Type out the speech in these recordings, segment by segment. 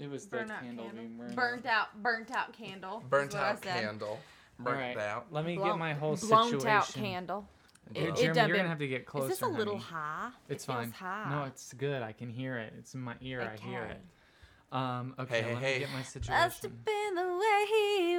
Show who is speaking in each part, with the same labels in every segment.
Speaker 1: is the
Speaker 2: Burnout
Speaker 1: candle,
Speaker 2: candle?
Speaker 1: being burned?
Speaker 2: Burnt out, burnt out candle. is
Speaker 3: Burnt
Speaker 2: what I
Speaker 3: out
Speaker 2: said.
Speaker 3: candle.
Speaker 1: All
Speaker 3: Burnt
Speaker 1: right,
Speaker 3: out.
Speaker 1: let me get
Speaker 2: Blown-
Speaker 1: my whole
Speaker 2: blown
Speaker 1: situation.
Speaker 2: out candle.
Speaker 1: Here,
Speaker 2: It-
Speaker 3: Well,
Speaker 2: it
Speaker 1: Jeremy, you're
Speaker 2: doesn't-
Speaker 1: gonna have to get closer.
Speaker 2: Is this a little
Speaker 1: honey.
Speaker 2: high?
Speaker 1: It's
Speaker 2: it
Speaker 1: fine.
Speaker 2: Feels high.
Speaker 1: No, it's good. I can hear it. It's in my ear. I hear
Speaker 2: Okay.
Speaker 1: it. Um, okay,
Speaker 3: hey,
Speaker 1: let
Speaker 3: hey.
Speaker 1: me get my
Speaker 2: Must
Speaker 1: situation.
Speaker 2: have been the way he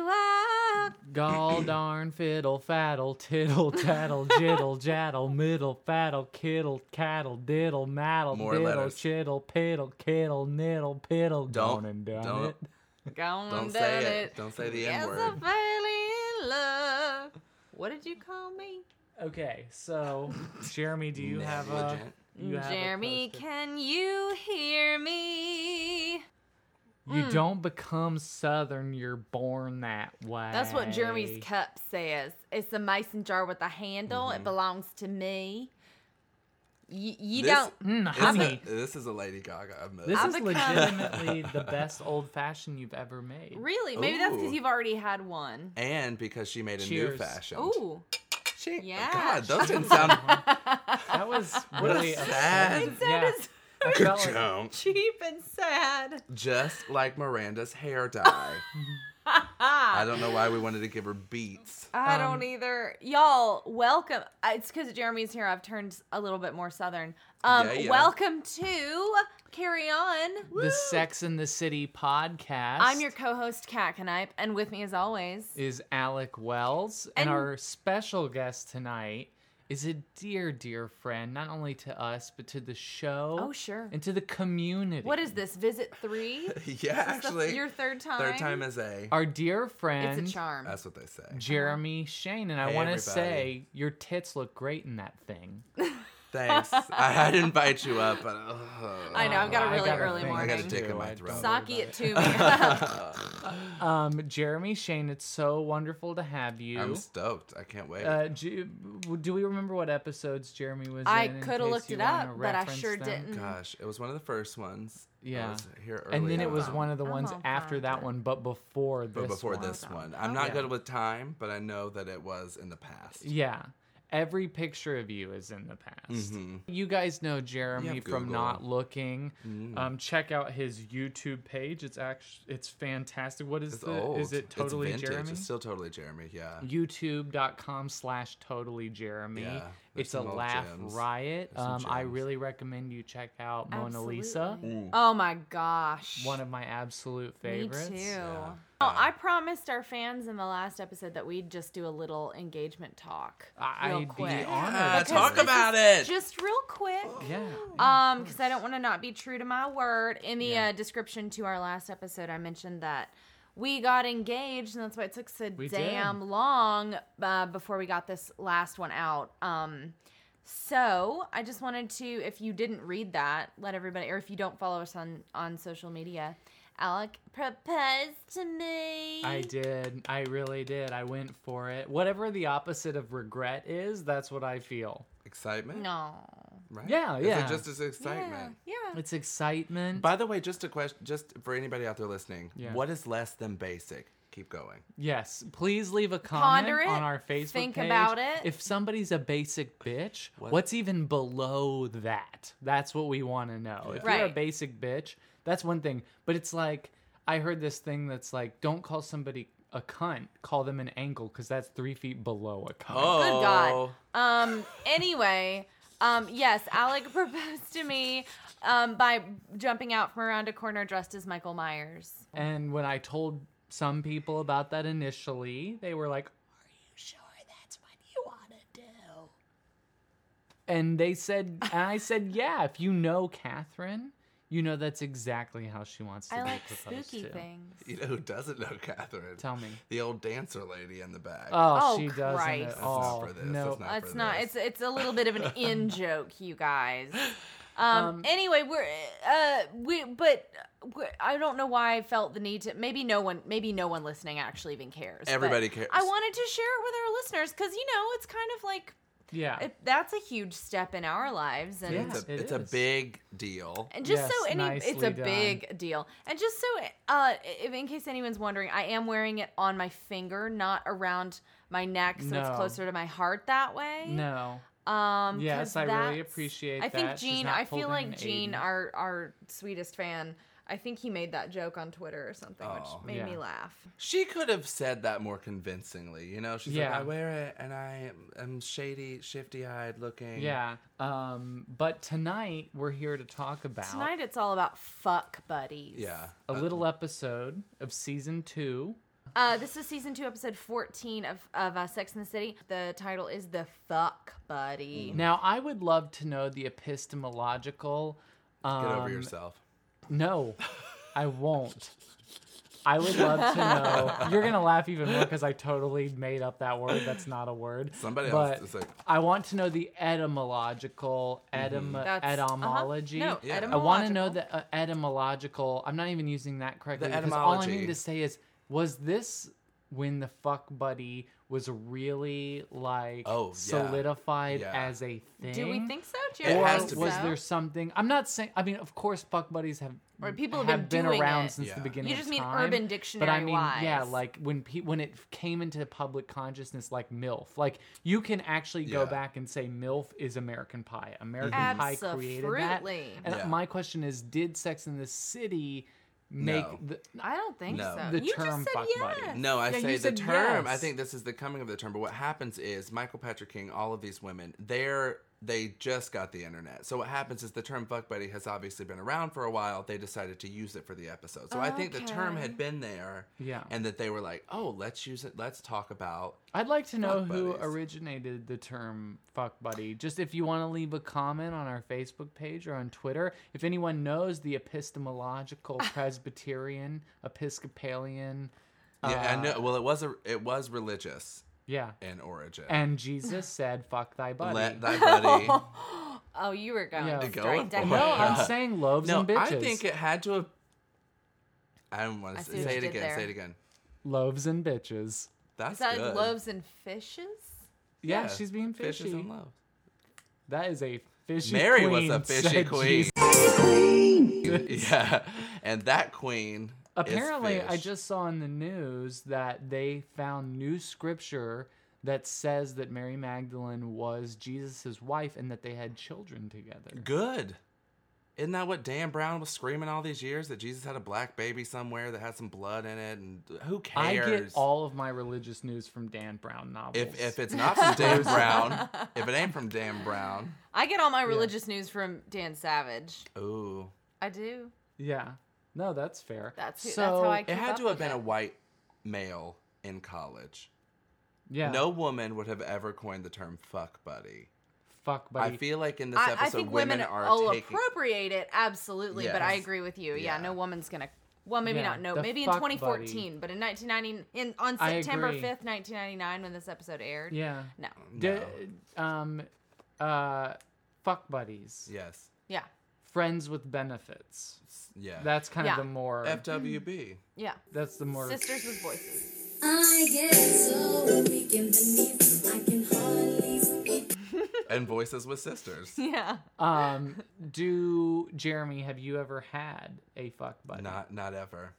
Speaker 2: walked.
Speaker 1: Gall darn fiddle faddle tittle tattle jittle jattle middle faddle kittle cattle diddle maddle
Speaker 3: More
Speaker 1: diddle
Speaker 3: letters.
Speaker 1: chittle piddle kittle niddle piddle
Speaker 3: Don't-
Speaker 1: gone and done
Speaker 3: don't-
Speaker 1: it.
Speaker 2: Gone
Speaker 3: Don't
Speaker 2: and
Speaker 3: say
Speaker 2: done
Speaker 3: it.
Speaker 2: it.
Speaker 3: Don't say the
Speaker 2: Yes,
Speaker 3: N
Speaker 2: I
Speaker 3: word.
Speaker 2: fell in love. What did you call me?
Speaker 1: Okay, so Jeremy, do you have a
Speaker 3: Negligent.
Speaker 1: you have a
Speaker 2: Jeremy,
Speaker 1: post-it?
Speaker 2: can you hear me? Hmm.
Speaker 1: You don't become Southern. You're born that way.
Speaker 2: That's what Jeremy's cup says. It's a mason jar with a handle.
Speaker 3: Mm-hmm.
Speaker 2: It belongs to me. Y- you
Speaker 3: This-
Speaker 2: don't.
Speaker 1: Mm,
Speaker 3: This,
Speaker 1: honey,
Speaker 3: is- this is a Lady Gaga. I'm
Speaker 1: this
Speaker 2: I
Speaker 1: is
Speaker 2: become-
Speaker 1: legitimately the best old fashioned you've ever made.
Speaker 2: Really? Maybe that's because
Speaker 3: Ooh.
Speaker 2: you've already had one.
Speaker 3: and because she made a
Speaker 1: Cheers.
Speaker 3: new fashion.
Speaker 2: Ooh.
Speaker 3: She,
Speaker 2: Yeah.
Speaker 3: God, those didn't sound.
Speaker 1: That was really
Speaker 3: a
Speaker 1: upsetting.
Speaker 3: sad-
Speaker 2: It
Speaker 1: Yeah,
Speaker 2: sounded
Speaker 1: I felt like-
Speaker 3: Don't.
Speaker 2: cheap and sad.
Speaker 3: Just like Miranda's hair dye. I
Speaker 2: I
Speaker 3: don't know why we wanted to give her beats.
Speaker 2: I
Speaker 1: Um,
Speaker 2: don't either. Y'all, welcome. uh, It's because Jeremy's here. I've turned a little bit more southern. Um,
Speaker 3: Yeah, yeah.
Speaker 2: Welcome to Carry On.
Speaker 1: the Sex in the City podcast.
Speaker 2: I'm your co-host Kat Knipe, and with me, as always,
Speaker 1: is Alec Wells, and,
Speaker 2: And-
Speaker 1: our special guest tonight is a dear, dear friend, not only to us but to the show.
Speaker 2: oh sure.
Speaker 1: And to the community.
Speaker 2: What is this visit three?
Speaker 3: Yeah, actually.
Speaker 2: your third time.
Speaker 3: Third time is A.
Speaker 1: Our dear friend.
Speaker 2: It's a charm.
Speaker 3: That's what they say.
Speaker 1: Jeremy Shane, and I
Speaker 3: Uh-huh. Hey,
Speaker 1: want to
Speaker 3: everybody.
Speaker 1: say your tits look great in that thing.
Speaker 3: Thanks. I had to invite you up, but. ugh.
Speaker 2: I know. I've got a
Speaker 1: Uh,
Speaker 2: really
Speaker 1: got
Speaker 2: early
Speaker 1: thing
Speaker 2: morning.
Speaker 3: I got a dick in my
Speaker 1: too.
Speaker 3: throat.
Speaker 1: don't
Speaker 2: Saki
Speaker 1: worry
Speaker 2: it to me.
Speaker 1: Um, Jeremy Shane, it's so wonderful to have you.
Speaker 3: I'm stoked. I can't wait.
Speaker 1: uh, do, do we remember what episodes Jeremy was
Speaker 2: I
Speaker 1: in? in
Speaker 2: coulda
Speaker 1: case
Speaker 2: looked
Speaker 1: you
Speaker 2: it up,
Speaker 1: wanna
Speaker 2: but I
Speaker 1: reference
Speaker 2: sure
Speaker 1: them?
Speaker 2: didn't.
Speaker 3: Gosh, it was one of the first ones. I
Speaker 1: Yeah.
Speaker 3: was here
Speaker 1: And
Speaker 3: early
Speaker 1: then it was
Speaker 3: on.
Speaker 1: one of the
Speaker 2: I'm
Speaker 1: ones
Speaker 2: on
Speaker 1: after that
Speaker 2: fire.
Speaker 1: one, but before this.
Speaker 3: But before
Speaker 1: one.
Speaker 3: this
Speaker 2: Awesome.
Speaker 3: one, I'm not
Speaker 1: Okay.
Speaker 3: good with time, but I know that it was in the past.
Speaker 1: Yeah. Every picture of you is in the past.
Speaker 3: Mhm.
Speaker 1: You guys know Jeremy
Speaker 3: have
Speaker 1: from
Speaker 3: Google.
Speaker 1: Not Looking.
Speaker 3: Mm.
Speaker 1: Um, check out his YouTube page. It's actually it's fantastic. What is
Speaker 3: It's
Speaker 1: the
Speaker 3: old.
Speaker 1: is it
Speaker 3: It's
Speaker 1: totally
Speaker 3: vintage.
Speaker 1: Jeremy?
Speaker 3: It's still totally Jeremy. Yeah.
Speaker 1: youtube.com slash totally jeremy
Speaker 3: Yeah, there's
Speaker 1: it's a
Speaker 3: some old
Speaker 1: laugh
Speaker 3: gems.
Speaker 1: riot
Speaker 3: There's some
Speaker 1: um, i
Speaker 3: gems.
Speaker 1: really recommend you check out mona lisa
Speaker 2: Absolutely.
Speaker 3: Ooh.
Speaker 2: Oh my gosh.
Speaker 1: one of my absolute favorites
Speaker 2: Me too.
Speaker 3: Yeah.
Speaker 2: Well, I promised our fans in the last episode that we'd just do a little engagement talk.
Speaker 1: I-
Speaker 2: real
Speaker 1: I'd be
Speaker 2: quick.
Speaker 1: honored.
Speaker 3: Yeah,
Speaker 2: Because
Speaker 3: talk
Speaker 2: this is
Speaker 3: about it. Oh.
Speaker 2: Just real quick.
Speaker 1: yeah
Speaker 2: Um, because I don't want to not be true to my word. In the
Speaker 1: Yeah.
Speaker 2: uh, description to our last episode, I mentioned that we got engaged, and that's why it took so
Speaker 1: We did.
Speaker 2: damn long uh, before we got this last one out. Um, so I just wanted to, if you didn't read that, let everybody, or if you don't follow us on on social media, Alec proposed to me.
Speaker 1: i did i really did i went for it whatever the opposite of regret is that's what i feel
Speaker 3: Excitement.
Speaker 2: No.
Speaker 3: Right?
Speaker 1: Yeah, yeah.
Speaker 3: Is it just as
Speaker 2: Yeah.
Speaker 3: excitement?
Speaker 2: Yeah.
Speaker 1: it's excitement
Speaker 3: By the way, just a question, just for anybody out there listening,
Speaker 1: Yeah.
Speaker 3: what is less than basic? Keep going.
Speaker 1: yes please leave a comment
Speaker 2: Ponder it.
Speaker 1: on our facebook
Speaker 2: Think
Speaker 1: page.
Speaker 2: about it.
Speaker 1: if somebody's a basic bitch
Speaker 3: What?
Speaker 1: what's even below that that's what we want to know if you're a
Speaker 2: Right.
Speaker 1: basic bitch that's one thing but it's like i heard this thing that's like don't call somebody a cunt call them an ankle because that's three feet below a cunt
Speaker 3: Oh,
Speaker 2: Good God. Um. Anyway, um. Yes, Alec proposed to me, um, by jumping out from around a corner dressed as Michael Myers.
Speaker 1: and when i told some people about that initially they were like are you sure that's what you want to do and they said and i said yeah if you know catherine you know that's exactly how she wants to
Speaker 2: I
Speaker 1: be
Speaker 2: like
Speaker 1: proposed
Speaker 2: spooky
Speaker 1: to.
Speaker 2: things.
Speaker 3: You know who doesn't know Catherine?
Speaker 1: Tell me.
Speaker 3: The old dancer lady in the back.
Speaker 1: Oh,
Speaker 2: Oh,
Speaker 1: she doesn't
Speaker 2: Christ.
Speaker 1: at
Speaker 2: That's
Speaker 3: not
Speaker 1: all.
Speaker 3: for this.
Speaker 1: Oh, No,
Speaker 3: That's not-
Speaker 2: It's
Speaker 3: for
Speaker 2: not.
Speaker 3: this.
Speaker 2: It's it's a little bit of an in joke, you guys. Um, Anyway, we're uh we but we I don't know why I felt the need to. Maybe no one. Maybe no one listening actually even cares. but
Speaker 3: Everybody cares.
Speaker 2: I wanted to share it with our listeners because you know it's kind of like
Speaker 1: yeah.
Speaker 2: it, that's a huge step in our lives and.
Speaker 1: Yeah.
Speaker 3: it's a,
Speaker 1: it
Speaker 3: it's a
Speaker 1: is.
Speaker 3: big deal.
Speaker 2: And just so
Speaker 1: Yes,
Speaker 2: any, it's
Speaker 1: nicely
Speaker 2: a
Speaker 1: done.
Speaker 2: big deal. And just so, uh, if, in case anyone's wondering, I am wearing it on my finger, not around my neck, so it's
Speaker 1: No.
Speaker 2: closer to my heart that way.
Speaker 1: no.
Speaker 2: Um. 'cause
Speaker 1: Yes, I really
Speaker 2: that's-
Speaker 1: appreciate
Speaker 2: I think
Speaker 1: that. She's
Speaker 2: Jean.
Speaker 1: not
Speaker 2: I feel
Speaker 1: holding
Speaker 2: like
Speaker 1: an
Speaker 2: Jean,
Speaker 1: Aiden.
Speaker 2: our our sweetest fan, I think he made that joke on Twitter or something,
Speaker 3: Oh.
Speaker 2: which made me
Speaker 1: Yeah.
Speaker 2: laugh.
Speaker 3: She could have said that more convincingly, you know. She's
Speaker 1: Yeah.
Speaker 3: like, I wear it, and I am- am shady, shifty-eyed looking.
Speaker 1: Yeah. Um, but tonight we're here to talk about
Speaker 2: Tonight it's all about fuck buddies.
Speaker 3: yeah.
Speaker 1: a little episode of season two.
Speaker 2: Uh, this is season two, episode 14 of, of uh, Sex in the City. The title is The Fuck Buddy.
Speaker 1: Now I would love to know the epistemological. Um,
Speaker 3: Get over yourself.
Speaker 1: No, I won't. I would love to know. You're gonna laugh even more because I totally made up that word. That's not a word.
Speaker 3: Somebody
Speaker 1: but
Speaker 3: else is like,
Speaker 1: I want to know the etymological
Speaker 3: Mm-hmm.
Speaker 1: etymo-
Speaker 2: That's- uh-huh.
Speaker 1: uh, etymology.
Speaker 2: No,
Speaker 3: Yeah.
Speaker 1: I want to
Speaker 2: etymological.
Speaker 1: know the uh, etymological. I'm not even using that correctly.
Speaker 3: The
Speaker 1: because all I
Speaker 3: etymology.
Speaker 1: need to say is, was this when the fuck buddy was really like
Speaker 3: Oh, yeah.
Speaker 1: solidified
Speaker 3: Yeah.
Speaker 1: as a thing?
Speaker 2: Do we think so? Do you
Speaker 3: It
Speaker 1: Or
Speaker 2: think
Speaker 3: has to be.
Speaker 1: was
Speaker 2: so?
Speaker 1: there something? I'm not saying. I mean, of course, fuck buddies have
Speaker 2: Or people have been doing
Speaker 1: around
Speaker 2: it.
Speaker 1: since the
Speaker 3: Yeah.
Speaker 1: beginning.
Speaker 2: You
Speaker 1: of
Speaker 2: just mean
Speaker 1: time,
Speaker 2: Urban
Speaker 1: but I
Speaker 2: Dictionary
Speaker 1: mean, yeah,
Speaker 2: wise.
Speaker 1: like when pe- when it came into public consciousness, like MILF. Like you can actually go
Speaker 3: Yeah.
Speaker 1: back and say MILF is American Pie. American Pie created that.
Speaker 2: Mm-hmm. Absolutely.
Speaker 1: And
Speaker 3: Yeah.
Speaker 1: my question is, did Sex in the City make
Speaker 3: No.
Speaker 1: the?
Speaker 2: I don't think
Speaker 3: No.
Speaker 2: so.
Speaker 1: The
Speaker 2: you
Speaker 1: term
Speaker 2: just said
Speaker 1: fuck
Speaker 2: yes.
Speaker 1: buddy.
Speaker 3: No, I
Speaker 1: Yeah, you
Speaker 3: say the
Speaker 1: said
Speaker 3: term. I
Speaker 1: yes.
Speaker 3: think this is the coming of the term. But what happens is Michael Patrick King, all of these women, they're they just got the internet. So what happens is the term fuck buddy has obviously been around for a while. They decided to use it for the episode. So I think the term
Speaker 2: Okay.
Speaker 3: had been there.
Speaker 1: Yeah.
Speaker 3: And that they were like, "Oh, let's use it. Let's talk about
Speaker 1: I'd like to know
Speaker 3: Fuck
Speaker 1: who
Speaker 3: buddies.
Speaker 1: originated the term fuck buddy. Just if you want to leave a comment on our Facebook page or on Twitter, if anyone knows the epistemological Presbyterian, Episcopalian,
Speaker 3: Yeah,
Speaker 1: Uh,
Speaker 3: I know. Well, it was a it was religious
Speaker 1: yeah.
Speaker 3: in origin.
Speaker 1: And Jesus said, fuck thy buddy.
Speaker 3: Let thy buddy
Speaker 2: Oh, you were going
Speaker 1: Yeah.
Speaker 2: straight
Speaker 3: Going for
Speaker 2: down.
Speaker 3: it.
Speaker 1: no,
Speaker 3: Yeah.
Speaker 1: I'm saying loaves
Speaker 3: No,
Speaker 1: and bitches.
Speaker 3: I think it had to have I don't want
Speaker 2: I
Speaker 3: to
Speaker 2: see
Speaker 3: say,
Speaker 2: what
Speaker 3: say
Speaker 2: you
Speaker 3: it
Speaker 2: did
Speaker 3: again.
Speaker 2: there.
Speaker 3: Say it again.
Speaker 1: loaves and bitches.
Speaker 3: That's
Speaker 2: Is that
Speaker 3: good.
Speaker 2: loaves and fishes?
Speaker 1: Yeah, she's being fishy.
Speaker 3: Fishes and loaves.
Speaker 1: that is a fishy
Speaker 3: Mary was
Speaker 1: queen.
Speaker 3: a fishy
Speaker 1: said
Speaker 3: queen.
Speaker 1: Jesus.
Speaker 3: yeah, and that queen. is
Speaker 1: Apparently, I
Speaker 3: fish.
Speaker 1: just saw in the news that they found new scripture that says that Mary Magdalene was Jesus' wife and that they had children together.
Speaker 3: good. Isn't that what Dan Brown was screaming all these years that Jesus had a black baby somewhere that had some blood in it? And who
Speaker 1: I
Speaker 3: cares?
Speaker 1: get all of my religious news from Dan Brown novels.
Speaker 3: if if it's not from Dan Brown, if it ain't from Dan Brown,
Speaker 2: I get all my religious news from Dan Savage.
Speaker 3: ooh,
Speaker 2: I do.
Speaker 1: yeah, no, that's fair.
Speaker 2: That's who-
Speaker 1: so,
Speaker 2: that's how I-
Speaker 3: it
Speaker 2: Keep
Speaker 3: had
Speaker 2: up
Speaker 3: to have
Speaker 2: with
Speaker 3: been
Speaker 2: it.
Speaker 3: a white male in college.
Speaker 1: yeah.
Speaker 3: No woman would have ever coined the term "fuck buddy."
Speaker 1: fuck, buddy.
Speaker 3: I feel like in this
Speaker 2: I,
Speaker 3: episode,
Speaker 2: I think women,
Speaker 3: are
Speaker 2: will
Speaker 3: taking.
Speaker 2: appropriate it absolutely, but I
Speaker 3: Yes.
Speaker 2: agree with you. Yeah,
Speaker 3: Yeah.
Speaker 2: no woman's gonna. Well, maybe
Speaker 1: Yeah,
Speaker 2: not. No,
Speaker 1: the
Speaker 2: maybe in
Speaker 1: fuck
Speaker 2: 2014, but in 1990, in on
Speaker 1: I
Speaker 2: September
Speaker 1: agree.
Speaker 2: 5th, 1999, when this episode aired.
Speaker 1: yeah.
Speaker 2: No.
Speaker 1: D- um, uh, fuck buddies.
Speaker 3: yes,
Speaker 2: Yeah.
Speaker 1: Friends with benefits.
Speaker 3: yeah.
Speaker 1: That's kind of the
Speaker 2: Yeah.
Speaker 1: more.
Speaker 3: FWB.
Speaker 2: Yeah.
Speaker 1: that's the more.
Speaker 2: Sisters with voices.
Speaker 4: I get so weak in the knees, I can hardly speak.
Speaker 3: and voices with sisters.
Speaker 2: Yeah.
Speaker 1: Um, do Jeremy, have you ever had a fuck buddy?
Speaker 3: Not not ever.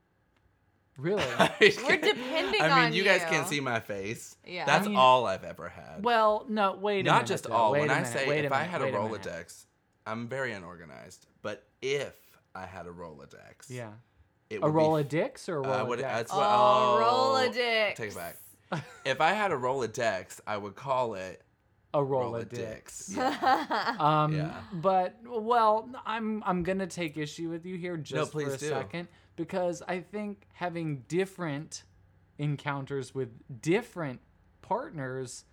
Speaker 1: really.
Speaker 2: We're depending
Speaker 3: I mean,
Speaker 2: on
Speaker 3: you guys
Speaker 2: you.
Speaker 3: can't see my face.
Speaker 2: Yeah.
Speaker 3: That's
Speaker 1: I mean-
Speaker 3: all I've ever had.
Speaker 1: well, no, wait. A
Speaker 3: not
Speaker 1: minute,
Speaker 3: just
Speaker 1: though.
Speaker 3: all.
Speaker 1: Wait
Speaker 3: when
Speaker 1: a
Speaker 3: I
Speaker 1: minute,
Speaker 3: say
Speaker 1: wait
Speaker 3: if
Speaker 1: minute,
Speaker 3: I had a
Speaker 1: wait minute.
Speaker 3: Rolodex, I'm very unorganized. But if I had a Rolodex,
Speaker 1: yeah,
Speaker 3: it
Speaker 1: a
Speaker 3: would be
Speaker 1: Rolodex or a
Speaker 3: Uh, I would-
Speaker 1: Rolodex.
Speaker 3: that's what-
Speaker 2: Oh,
Speaker 3: oh,
Speaker 2: Rolodex.
Speaker 3: Take it back. if I had a Rolodex, I would call it
Speaker 1: a
Speaker 3: Rolodex.
Speaker 1: Rolodex.
Speaker 3: Yeah.
Speaker 1: Um,
Speaker 3: Yeah.
Speaker 1: but well, I'm I'm gonna take issue with you here just for
Speaker 3: please
Speaker 1: a
Speaker 3: do.
Speaker 1: second because I think having different encounters with different partners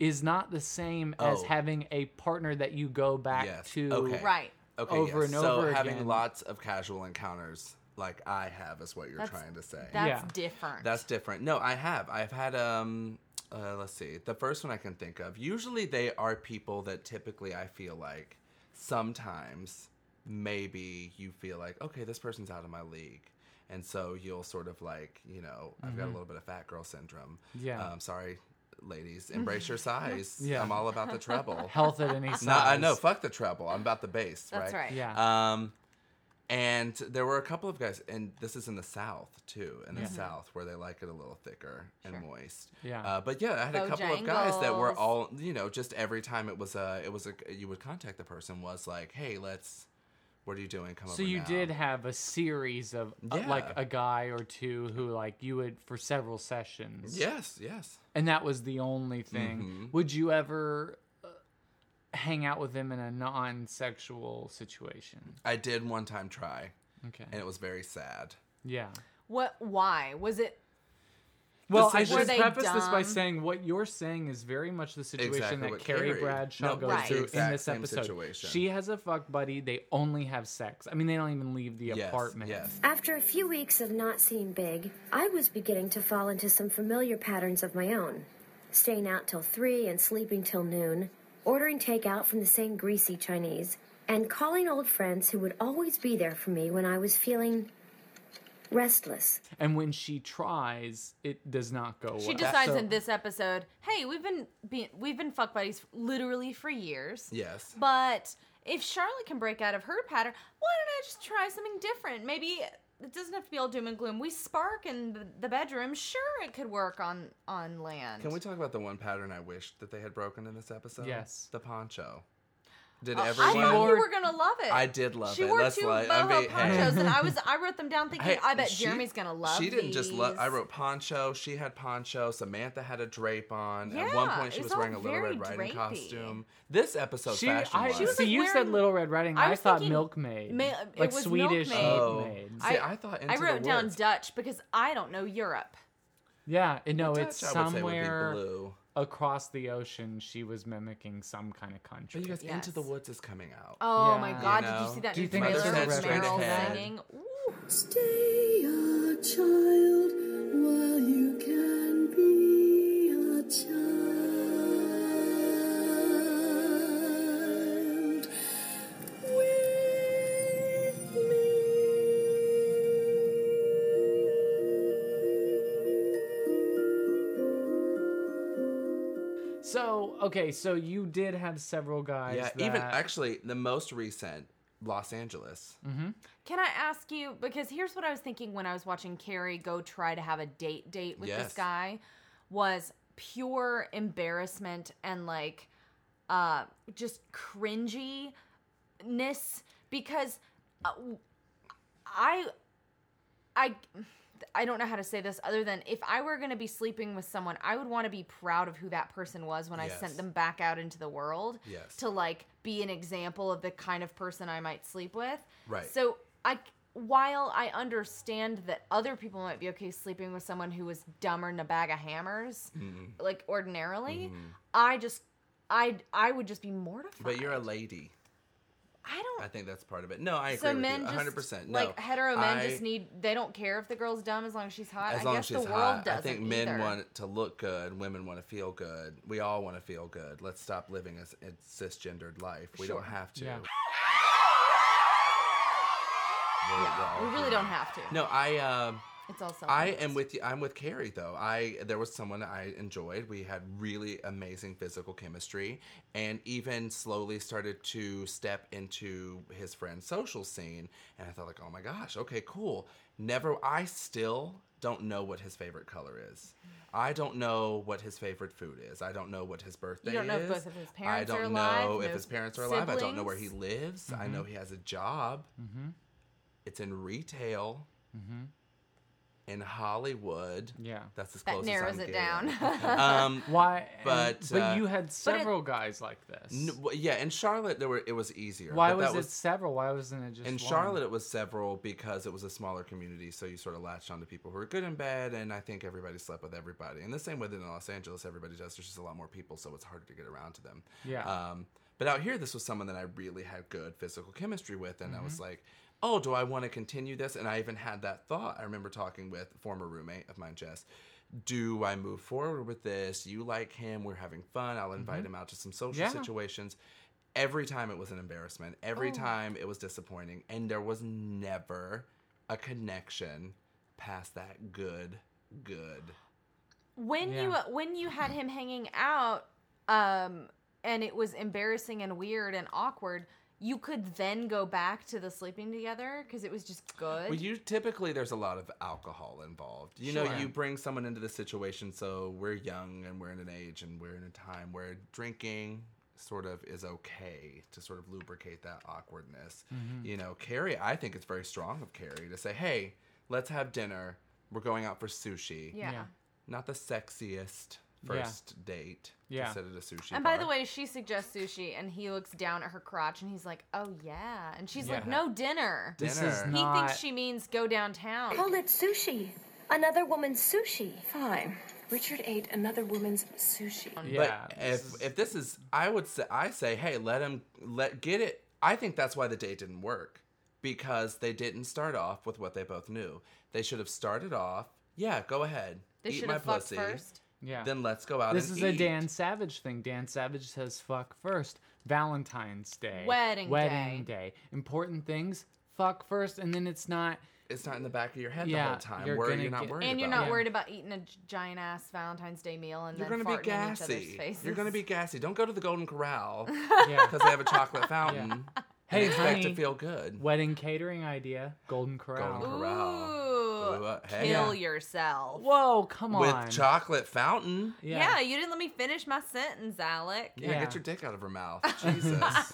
Speaker 1: is not the same as
Speaker 3: Oh.
Speaker 1: having a partner that you go back
Speaker 3: Yes.
Speaker 1: to.
Speaker 3: Okay.
Speaker 2: Right.
Speaker 3: Okay.
Speaker 1: Over
Speaker 3: yes.
Speaker 1: and
Speaker 3: so
Speaker 1: over
Speaker 3: having
Speaker 1: again.
Speaker 3: lots of casual encounters like I have is what you're
Speaker 2: That's-
Speaker 3: trying to say.
Speaker 2: That's
Speaker 1: Yeah.
Speaker 2: different.
Speaker 3: That's different. No, I have. I've had um uh, let's see. The first one I can think of. Usually they are people that typically I feel like sometimes maybe you feel like, okay, this person's out of my league. And so you'll sort of like, you know, I've got a little bit of fat girl syndrome.
Speaker 1: Mm-hmm. Yeah.
Speaker 3: Um, sorry, ladies. Embrace your size.
Speaker 1: Yeah.
Speaker 3: I'm all about the treble.
Speaker 1: Health at any size.
Speaker 3: No, I know. Fuck the treble. I'm about the bass,
Speaker 2: That's right.
Speaker 1: Yeah.
Speaker 3: um, and there were a couple of guys, and this is in the South too, in the
Speaker 1: Yeah. Uh-huh.
Speaker 3: South where they like it a little thicker and
Speaker 2: Sure.
Speaker 3: moist.
Speaker 1: Yeah.
Speaker 3: Uh, but yeah, I had a couple of guys that were
Speaker 2: Bojangles.
Speaker 3: all, you know, just every time it was a, it was a, you would contact the person was like, hey, let's What are you doing? Come
Speaker 1: So
Speaker 3: over
Speaker 1: you
Speaker 3: now."
Speaker 1: did have a series of uh, like
Speaker 3: Yeah.
Speaker 1: a guy or two who like you would for several sessions.
Speaker 3: Yes, yes.
Speaker 1: And that was the only thing.
Speaker 3: Mm-hmm.
Speaker 1: Would you ever uh, hang out with him in a non-sexual situation?
Speaker 3: I did one time try,
Speaker 1: Okay.
Speaker 3: and it was very sad.
Speaker 1: Yeah.
Speaker 2: What? Why was it?
Speaker 1: Well, I
Speaker 3: is- Were
Speaker 1: should
Speaker 2: they
Speaker 1: preface this by
Speaker 2: dumb?
Speaker 1: saying what you're saying is very much the situation
Speaker 3: Exactly
Speaker 1: that
Speaker 3: what
Speaker 1: Carrie
Speaker 3: Carrie-
Speaker 1: Bradshaw
Speaker 3: no,
Speaker 1: goes
Speaker 2: Right.
Speaker 1: through
Speaker 3: it's the
Speaker 1: in
Speaker 3: exact
Speaker 1: this
Speaker 3: same
Speaker 1: episode.
Speaker 3: situation.
Speaker 1: She has a fuck buddy. They only have sex. I mean, they don't even leave the
Speaker 3: Yes,
Speaker 1: apartment.
Speaker 3: yes.
Speaker 5: After a few weeks of not seeing Big, I was beginning to fall into some familiar patterns of my own. Staying out till 3 and sleeping till noon, ordering takeout from the same greasy Chinese, and calling old friends who would always be there for me when I was feeling restless.
Speaker 1: And when she tries, it does not go well.
Speaker 2: She decides
Speaker 1: So-
Speaker 2: in this episode, "Hey, we've been be- we've been fuck buddies literally for years."
Speaker 3: Yes.
Speaker 2: But if Charlotte can break out of her pattern, why don't I just try something different? Maybe it doesn't have to be all doom and gloom. We spark in the- the bedroom. Sure, it could work on on land.
Speaker 3: Can we talk about the one pattern I wished that they had broken in this episode?
Speaker 1: Yes.
Speaker 3: The poncho. Did
Speaker 2: Oh, I
Speaker 3: everyone?
Speaker 2: thought
Speaker 1: wore-
Speaker 2: you were gonna love it.
Speaker 3: I did love
Speaker 2: she
Speaker 3: it.
Speaker 2: wore
Speaker 3: Let's
Speaker 2: two
Speaker 3: like- I
Speaker 2: boho
Speaker 3: mean, hey.
Speaker 2: ponchos, and I was I wrote them down thinking,
Speaker 3: Hey,
Speaker 2: I bet
Speaker 3: she-
Speaker 2: Jeremy's gonna love.
Speaker 3: She didn't just love.
Speaker 2: these."
Speaker 3: I wrote poncho. She had poncho. Samantha had a drape on. At one
Speaker 2: Yeah,
Speaker 3: point, she
Speaker 2: it
Speaker 3: was,
Speaker 2: was all
Speaker 3: wearing a Little
Speaker 2: very
Speaker 3: Red Riding
Speaker 2: drapey.
Speaker 3: costume. This episode,
Speaker 1: She,
Speaker 3: fashion
Speaker 1: I,
Speaker 3: was.
Speaker 2: She was,
Speaker 1: see,
Speaker 2: like,
Speaker 1: you said
Speaker 2: wearing-
Speaker 1: Little Red Riding.
Speaker 2: I
Speaker 1: I,
Speaker 2: was
Speaker 1: thought
Speaker 2: thinking
Speaker 1: milkmaid,
Speaker 2: ma- it
Speaker 1: like
Speaker 2: was
Speaker 1: Swedish
Speaker 2: milkmaid.
Speaker 3: Oh.
Speaker 1: milkmaids.
Speaker 3: See, I, thought
Speaker 2: I
Speaker 3: Into
Speaker 2: wrote
Speaker 3: the
Speaker 2: down
Speaker 3: Woods.
Speaker 2: Dutch because I don't know Europe.
Speaker 1: yeah, and no,
Speaker 3: Dutch,
Speaker 1: it's
Speaker 3: I would say, would be
Speaker 1: somewhere
Speaker 3: blue.
Speaker 1: across the ocean. She was mimicking some kind of
Speaker 3: But
Speaker 1: country.
Speaker 3: you guys, Into the
Speaker 2: Yes.
Speaker 3: Woods is coming out.
Speaker 2: Oh my
Speaker 1: Yeah.
Speaker 2: god,
Speaker 3: You
Speaker 2: did
Speaker 3: know?
Speaker 2: you see that
Speaker 1: Do you
Speaker 2: new
Speaker 1: think
Speaker 2: trailer
Speaker 1: it's a
Speaker 2: with
Speaker 1: red
Speaker 2: Meryl
Speaker 3: head?
Speaker 2: singing? Ooh.
Speaker 4: Stay a child while you can be a child with me.
Speaker 1: So okay, so you did have several guys.
Speaker 3: yeah, even
Speaker 1: that-
Speaker 3: actually, the most recent, Los Angeles.
Speaker 2: Can I ask you because here's what I was thinking when I was watching Carrie go try to have a date date with
Speaker 3: Yes.
Speaker 2: this guy was pure embarrassment and like uh just cringiness because uh, w- I I I don't know how to say this other than if I were going to be sleeping with someone, I would want to be proud of who that person was when I
Speaker 3: Yes.
Speaker 2: sent them back out into the world
Speaker 3: Yes.
Speaker 2: to like be an example of the kind of person I might sleep with.
Speaker 3: Right.
Speaker 2: So I while I understand that other people might be okay sleeping with someone who was dumber than a bag of hammers,
Speaker 3: Mm-hmm.
Speaker 2: like ordinarily, I just I I would just be mortified.
Speaker 3: But you're a lady.
Speaker 2: I don't
Speaker 3: I think that's part of it. No, I agree
Speaker 2: so
Speaker 3: with
Speaker 2: men
Speaker 3: you.
Speaker 2: just
Speaker 3: 100. percent no,
Speaker 2: like hetero men
Speaker 3: I-
Speaker 2: just need they don't care if the girl's dumb as long as she's hot.
Speaker 3: As
Speaker 2: I
Speaker 3: long
Speaker 2: guess
Speaker 3: as she's
Speaker 2: the world
Speaker 3: hot,
Speaker 2: doesn't
Speaker 3: I think men
Speaker 2: either.
Speaker 3: want to look good. Women want to feel good. We all want to feel good. Let's stop living as a cisgendered life. We don't have to.
Speaker 1: Yeah.
Speaker 3: We're- we're all
Speaker 2: We really
Speaker 3: human.
Speaker 2: don't have to.
Speaker 3: No, I. Um,
Speaker 2: It's all self.
Speaker 3: I am with you. I'm with Carrie though. I there was someone I enjoyed. We had really amazing physical chemistry, and even slowly started to step into his friend's social scene. And I thought like, oh my gosh, okay, cool. Never. I still don't know what his favorite color is. I don't know what his favorite food is. I don't know what his birthday
Speaker 2: don't know if
Speaker 3: is.
Speaker 2: both of his parents
Speaker 3: I
Speaker 2: are
Speaker 3: don't
Speaker 2: alive,
Speaker 3: know if
Speaker 2: no
Speaker 3: his parents are alive. I don't know where he
Speaker 2: siblings. Mm-hmm.
Speaker 3: lives. I know he has a job. It's in retail in Hollywood.
Speaker 1: Mm-hmm. Yeah.
Speaker 3: That's as
Speaker 2: that
Speaker 3: close
Speaker 2: narrows
Speaker 3: as I'm
Speaker 2: it down.
Speaker 3: getting. um,
Speaker 1: Why? and-
Speaker 3: But,
Speaker 1: but
Speaker 3: uh,
Speaker 1: you had several guys like this.
Speaker 3: n- w- yeah, in Charlotte there were it was easier.
Speaker 1: Why
Speaker 3: but
Speaker 1: was,
Speaker 3: that
Speaker 1: it several? Why wasn't it just
Speaker 3: in
Speaker 1: one?
Speaker 3: Charlotte it was several because it was a smaller community, so you sort of latched on to people who were good in bed, and I think everybody slept with everybody. And the same way that in Los Angeles everybody does. There's just a lot more people, so it's harder to get around to them.
Speaker 1: Yeah.
Speaker 3: Um, but out here this was someone that I really had good physical chemistry with, and I
Speaker 1: Mm-hmm.
Speaker 3: was like. Oh, do I want to continue this? And I even had that thought. I remember talking with a former roommate of mine, Jess. Do I move forward with this? You like him. We're having fun. I'll invite him out to some social
Speaker 1: Mm-hmm. Yeah.
Speaker 3: situations. Every time it was an embarrassment.
Speaker 1: Oh.
Speaker 3: Every time it was disappointing. And there was never a connection past that good, good.
Speaker 2: when you
Speaker 1: Yeah.
Speaker 2: when you had him hanging out, um, and it was embarrassing and weird and awkward. You could then go back to the sleeping together because it was just good.
Speaker 3: Well, you typically there's a lot of alcohol involved. You know,
Speaker 1: Sure.
Speaker 3: you bring someone into the situation, so we're young and we're in an age and we're in a time where drinking sort of is okay to sort of lubricate that awkwardness.
Speaker 2: Mm-hmm.
Speaker 3: You know, Carrie, I think it's very strong of Carrie to say, hey, let's have dinner. We're going out for sushi.
Speaker 2: Yeah.
Speaker 1: Yeah.
Speaker 3: Not the sexiest first date
Speaker 1: Yeah.
Speaker 3: to sit at a sushi
Speaker 2: And by
Speaker 3: bar.
Speaker 2: the way, she suggests sushi, and he looks down at her crotch, and he's like, "Oh yeah," and she's like,
Speaker 1: Yeah.
Speaker 2: "No dinner."
Speaker 1: This
Speaker 3: Dinner.
Speaker 1: is
Speaker 3: He
Speaker 2: he
Speaker 1: not.
Speaker 2: thinks she means go downtown.
Speaker 5: Call it sushi. Another woman's sushi.
Speaker 6: Fine. Richard ate another woman's sushi.
Speaker 1: yeah.
Speaker 3: but
Speaker 1: this
Speaker 3: if
Speaker 1: is-
Speaker 3: if this is, I would say, I say, hey, let him let get it. I think that's why the date didn't work because they didn't start off with what they both knew. They should have started off. Yeah, go ahead.
Speaker 2: They
Speaker 3: eat
Speaker 2: should
Speaker 3: my
Speaker 2: have fucked
Speaker 3: pussy.
Speaker 2: first.
Speaker 1: yeah.
Speaker 3: Then let's go out.
Speaker 1: This
Speaker 3: and
Speaker 1: is a
Speaker 3: eat.
Speaker 1: Dan Savage thing. Dan Savage says fuck first. Valentine's Day.
Speaker 2: Wedding
Speaker 1: Wedding day. Important things, fuck first. And then it's not.
Speaker 3: It's not in the back of your head the
Speaker 1: Yeah,
Speaker 3: whole time.
Speaker 1: you're
Speaker 3: Where
Speaker 1: gonna
Speaker 3: you're not
Speaker 1: get-
Speaker 3: worried
Speaker 2: And you're
Speaker 3: about
Speaker 2: not
Speaker 3: it.
Speaker 2: worried about eating a giant ass Valentine's Day meal and
Speaker 3: You're
Speaker 2: then
Speaker 3: gonna
Speaker 2: farting
Speaker 3: be
Speaker 2: in each other's
Speaker 3: gassy.
Speaker 2: faces.
Speaker 3: You're gonna be gassy. Don't go to the Golden Corral
Speaker 1: Yeah.
Speaker 3: because they have a chocolate fountain.
Speaker 1: Hey,
Speaker 3: and expect to
Speaker 1: honey.
Speaker 3: feel good.
Speaker 1: Wedding catering idea. Golden Corral.
Speaker 3: Golden Corral.
Speaker 2: Ooh,
Speaker 3: Ooh, uh, hey.
Speaker 2: kill
Speaker 1: Yeah.
Speaker 2: yourself.
Speaker 1: Whoa, come on.
Speaker 3: With chocolate fountain.
Speaker 2: Yeah. you didn't let me finish my sentence, Alec.
Speaker 3: Yeah,
Speaker 1: Yeah.
Speaker 3: get your dick out of her mouth. Jesus.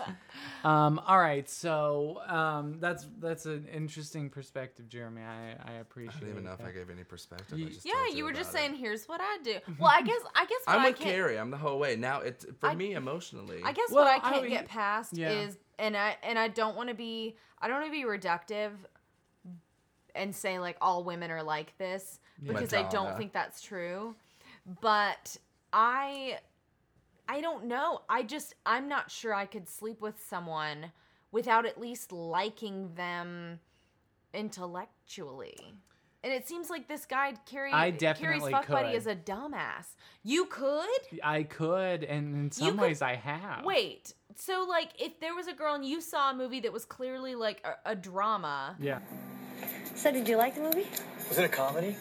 Speaker 1: Um, all right, so um, that's that's an interesting perspective, Jeremy. I, I appreciate.
Speaker 3: I don't even know if
Speaker 1: that.
Speaker 3: I gave any perspective. I just
Speaker 2: Yeah,
Speaker 3: told
Speaker 2: you, were
Speaker 3: about
Speaker 2: just
Speaker 3: it.
Speaker 2: saying, "Here's what I do." Well, I guess I guess what
Speaker 3: I'm
Speaker 2: I
Speaker 3: with
Speaker 2: can't.
Speaker 3: Carrie. I'm the whole way. Now it's for
Speaker 2: I-
Speaker 3: me emotionally.
Speaker 2: I guess
Speaker 1: Well,
Speaker 2: what I
Speaker 1: I
Speaker 2: can't
Speaker 1: mean-
Speaker 2: get past
Speaker 1: Yeah.
Speaker 2: is, and I and I don't want to be, I don't want to be reductive, and say like all women are like this because I don't
Speaker 3: Madonna.
Speaker 2: think that's true. But I, I don't know. I just I'm not sure I could sleep with someone without at least liking them intellectually. And it seems like this guy Carrie
Speaker 1: I
Speaker 2: Carrie's
Speaker 1: definitely
Speaker 2: fuck buddy
Speaker 1: could.
Speaker 2: is a dumbass. You could?
Speaker 1: I could, and in some
Speaker 2: could-
Speaker 1: ways, I have.
Speaker 2: Wait. So, like, if there was a girl and you saw a movie that was clearly like a, a drama,
Speaker 1: Yeah.
Speaker 5: So, did you like the movie?
Speaker 7: Was it a comedy?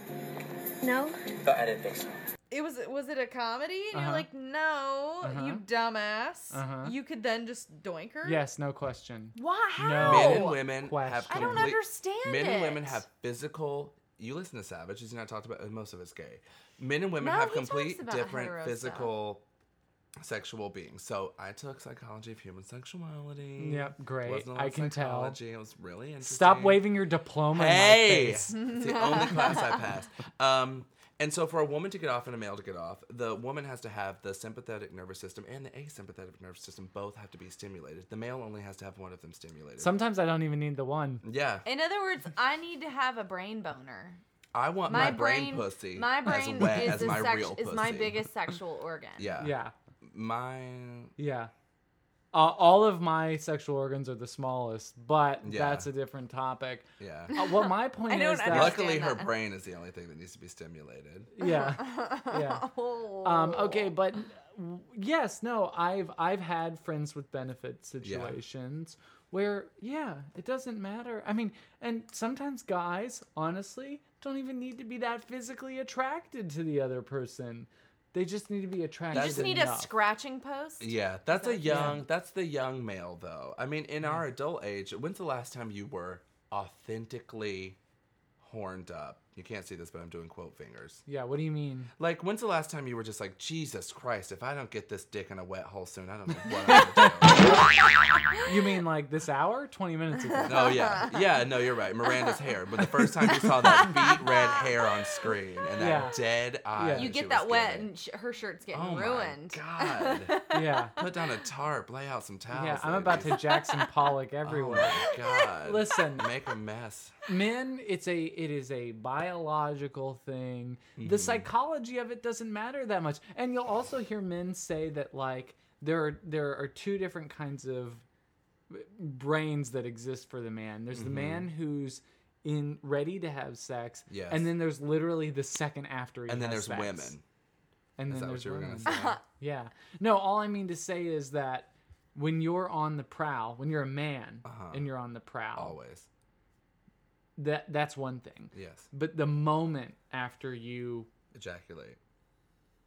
Speaker 5: No?
Speaker 7: No, I didn't think so.
Speaker 2: it was was it a comedy? And
Speaker 1: Uh-huh.
Speaker 2: you're like, no, you
Speaker 1: Uh-huh.
Speaker 2: dumbass.
Speaker 1: Uh-huh.
Speaker 2: You could then just doink her.
Speaker 1: Yes. No question.
Speaker 2: Why? How?
Speaker 1: No.
Speaker 3: men and women have.
Speaker 1: Question.
Speaker 2: I don't
Speaker 3: complete-
Speaker 2: understand
Speaker 3: Men and women
Speaker 2: it.
Speaker 3: have physical. You listen to Savage. He's not talked about. uh, Most of it's gay. Men and women
Speaker 2: No,
Speaker 3: have
Speaker 2: he talks
Speaker 3: complete
Speaker 2: about hetero
Speaker 3: different
Speaker 2: stuff.
Speaker 3: physical, sexual beings. So I took psychology of human sexuality.
Speaker 1: Yep, great.
Speaker 3: Wasn't a lot
Speaker 1: I
Speaker 3: of
Speaker 1: can tell.
Speaker 3: psychology. It was really interesting.
Speaker 1: Stop waving your diploma in my
Speaker 3: Hey, it's
Speaker 1: face.
Speaker 3: the only class I passed. Um, and so, for a woman to get off and a male to get off, the woman has to have the sympathetic nervous system and the asympathetic nervous system both have to be stimulated. The male only has to have one of them stimulated.
Speaker 1: Sometimes I don't even need the one.
Speaker 3: yeah,
Speaker 2: In other words, I need to have a brain boner.
Speaker 3: I want my, brain, pussy.
Speaker 2: My brain
Speaker 3: as wet
Speaker 2: is,
Speaker 3: as
Speaker 2: the
Speaker 3: my
Speaker 2: sex-
Speaker 3: real
Speaker 2: is
Speaker 3: pussy.
Speaker 2: my biggest sexual organ.
Speaker 3: Yeah,
Speaker 1: Yeah.
Speaker 3: Mine.
Speaker 1: Yeah. Uh, all of my sexual organs are the smallest, but
Speaker 3: Yeah.
Speaker 1: that's a different topic.
Speaker 3: Yeah.
Speaker 2: Oh,
Speaker 1: Uh, well, my point
Speaker 2: I don't
Speaker 1: is that
Speaker 2: understand.
Speaker 3: Luckily, her
Speaker 2: that.
Speaker 3: brain is the only thing that needs to be stimulated.
Speaker 1: yeah, yeah.
Speaker 2: Oh.
Speaker 1: Um, okay, but w- yes, no, I've I've had friends with benefit situations where yeah, it doesn't matter. I mean, and sometimes guys, honestly, don't even need to be that physically attracted to the other person. They just need to be attracted.
Speaker 2: you just need
Speaker 1: enough.
Speaker 2: a scratching post.
Speaker 3: Yeah, that's a young. That's the young male, though. I mean,
Speaker 1: Mm.
Speaker 3: in our adult age, when's the last time you were authentically horned up? You can't see this, but I'm doing quote fingers.
Speaker 1: Yeah. What do you mean?
Speaker 3: Like, when's the last time you were just like, Jesus Christ, if I don't get this dick in a wet hole soon, I don't know what I'm gonna do.
Speaker 1: You mean like this hour, twenty minutes ago?
Speaker 3: No, yeah, yeah, no, you're right. Miranda's hair, but the first time you saw that beat red hair on screen and that
Speaker 1: Yeah.
Speaker 3: dead eye,
Speaker 1: Yeah.
Speaker 3: that
Speaker 2: You
Speaker 3: she
Speaker 2: get
Speaker 3: was
Speaker 2: that wet,
Speaker 3: giving.
Speaker 2: and sh- her shirt's getting
Speaker 3: oh
Speaker 2: ruined.
Speaker 3: My God,
Speaker 1: Yeah.
Speaker 3: put down a tarp, lay out some towels.
Speaker 1: Yeah, I'm about to
Speaker 3: ladies.
Speaker 1: Jackson Pollock
Speaker 3: Oh
Speaker 1: everywhere.
Speaker 3: my God,
Speaker 1: Listen,
Speaker 3: make a mess.
Speaker 1: men it's a it is a biological thing
Speaker 3: Mm-hmm.
Speaker 1: the psychology of it doesn't matter that much and you'll also hear men say that like there are there are two different kinds of brains that exist for the man there's the
Speaker 3: Mm-hmm.
Speaker 1: man who's in ready to have sex
Speaker 3: Yes.
Speaker 1: and then there's literally the second after he
Speaker 3: And then
Speaker 1: has
Speaker 3: there's
Speaker 1: sex.
Speaker 3: women.
Speaker 1: and
Speaker 3: Is that
Speaker 1: then there's
Speaker 3: what you were
Speaker 1: women.
Speaker 3: gonna say?
Speaker 1: Yeah. No, all I mean to say is that when you're on the prowl, when you're a man and you're on the prowl,
Speaker 3: Uh-huh. Always.
Speaker 1: that that's one thing.
Speaker 3: Yes.
Speaker 1: But the moment after you
Speaker 3: Ejaculate.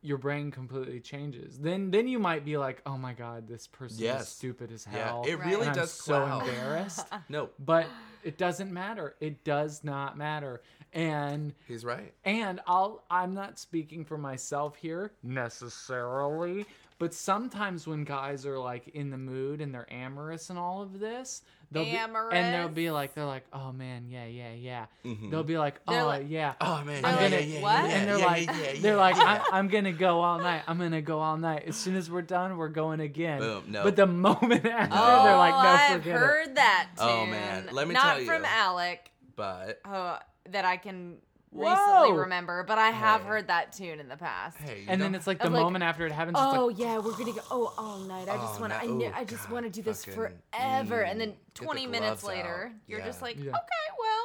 Speaker 1: your brain completely changes. Then then you might be like, "Oh my god, this person is
Speaker 3: Yes.
Speaker 1: stupid as
Speaker 3: Yeah,
Speaker 1: hell."
Speaker 3: it really
Speaker 1: and I'm
Speaker 3: does
Speaker 1: so
Speaker 3: cloud.
Speaker 1: embarrassed.
Speaker 3: No,
Speaker 1: but it doesn't matter. It does not matter. And
Speaker 3: he's right.
Speaker 1: and I'll I'm not speaking for myself here necessarily, But sometimes when guys are like in the mood and they're amorous and all of this, they'll Be, and they'll be like, they're like, oh man, yeah, yeah, yeah.
Speaker 3: Mm-hmm.
Speaker 1: They'll be like,
Speaker 2: They're
Speaker 1: oh
Speaker 2: like-
Speaker 1: yeah.
Speaker 3: Oh man,
Speaker 1: I'm
Speaker 3: yeah,
Speaker 1: gonna-
Speaker 3: yeah, yeah,
Speaker 2: what?
Speaker 3: yeah,
Speaker 1: and they're
Speaker 3: yeah,
Speaker 1: like,
Speaker 3: yeah, yeah,
Speaker 1: they're like,
Speaker 3: yeah.
Speaker 1: I, I'm gonna go all night. I'm gonna go all night. As soon as we're done, we're going again.
Speaker 3: Boom, no.
Speaker 1: But the moment after,
Speaker 2: Oh,
Speaker 1: they're like, no,
Speaker 2: I've
Speaker 1: forget it.
Speaker 2: heard that. Tune.
Speaker 3: Oh, man. Let me
Speaker 2: not
Speaker 3: tell
Speaker 2: from
Speaker 3: you.
Speaker 2: Alec
Speaker 3: but
Speaker 2: uh, that I can
Speaker 1: Whoa.
Speaker 2: recently remember, but I have
Speaker 3: Hey.
Speaker 2: heard that tune in the past.
Speaker 3: hey, you
Speaker 1: And then
Speaker 3: don't-
Speaker 1: it's like the
Speaker 2: I'm like,
Speaker 1: moment after it happens. it's
Speaker 2: Oh
Speaker 1: like,
Speaker 2: yeah, we're gonna go. Oh, all night. I just
Speaker 3: Oh,
Speaker 2: want
Speaker 3: no-
Speaker 2: to. I, kn-
Speaker 3: oh,
Speaker 2: I just
Speaker 3: God,
Speaker 2: want to do this
Speaker 3: fucking-
Speaker 2: forever. and
Speaker 3: mm,
Speaker 2: then
Speaker 3: get the
Speaker 2: 20 minutes
Speaker 3: gloves out.
Speaker 2: later, you're just
Speaker 3: Yeah.
Speaker 2: like,
Speaker 1: Yeah.
Speaker 2: okay, well,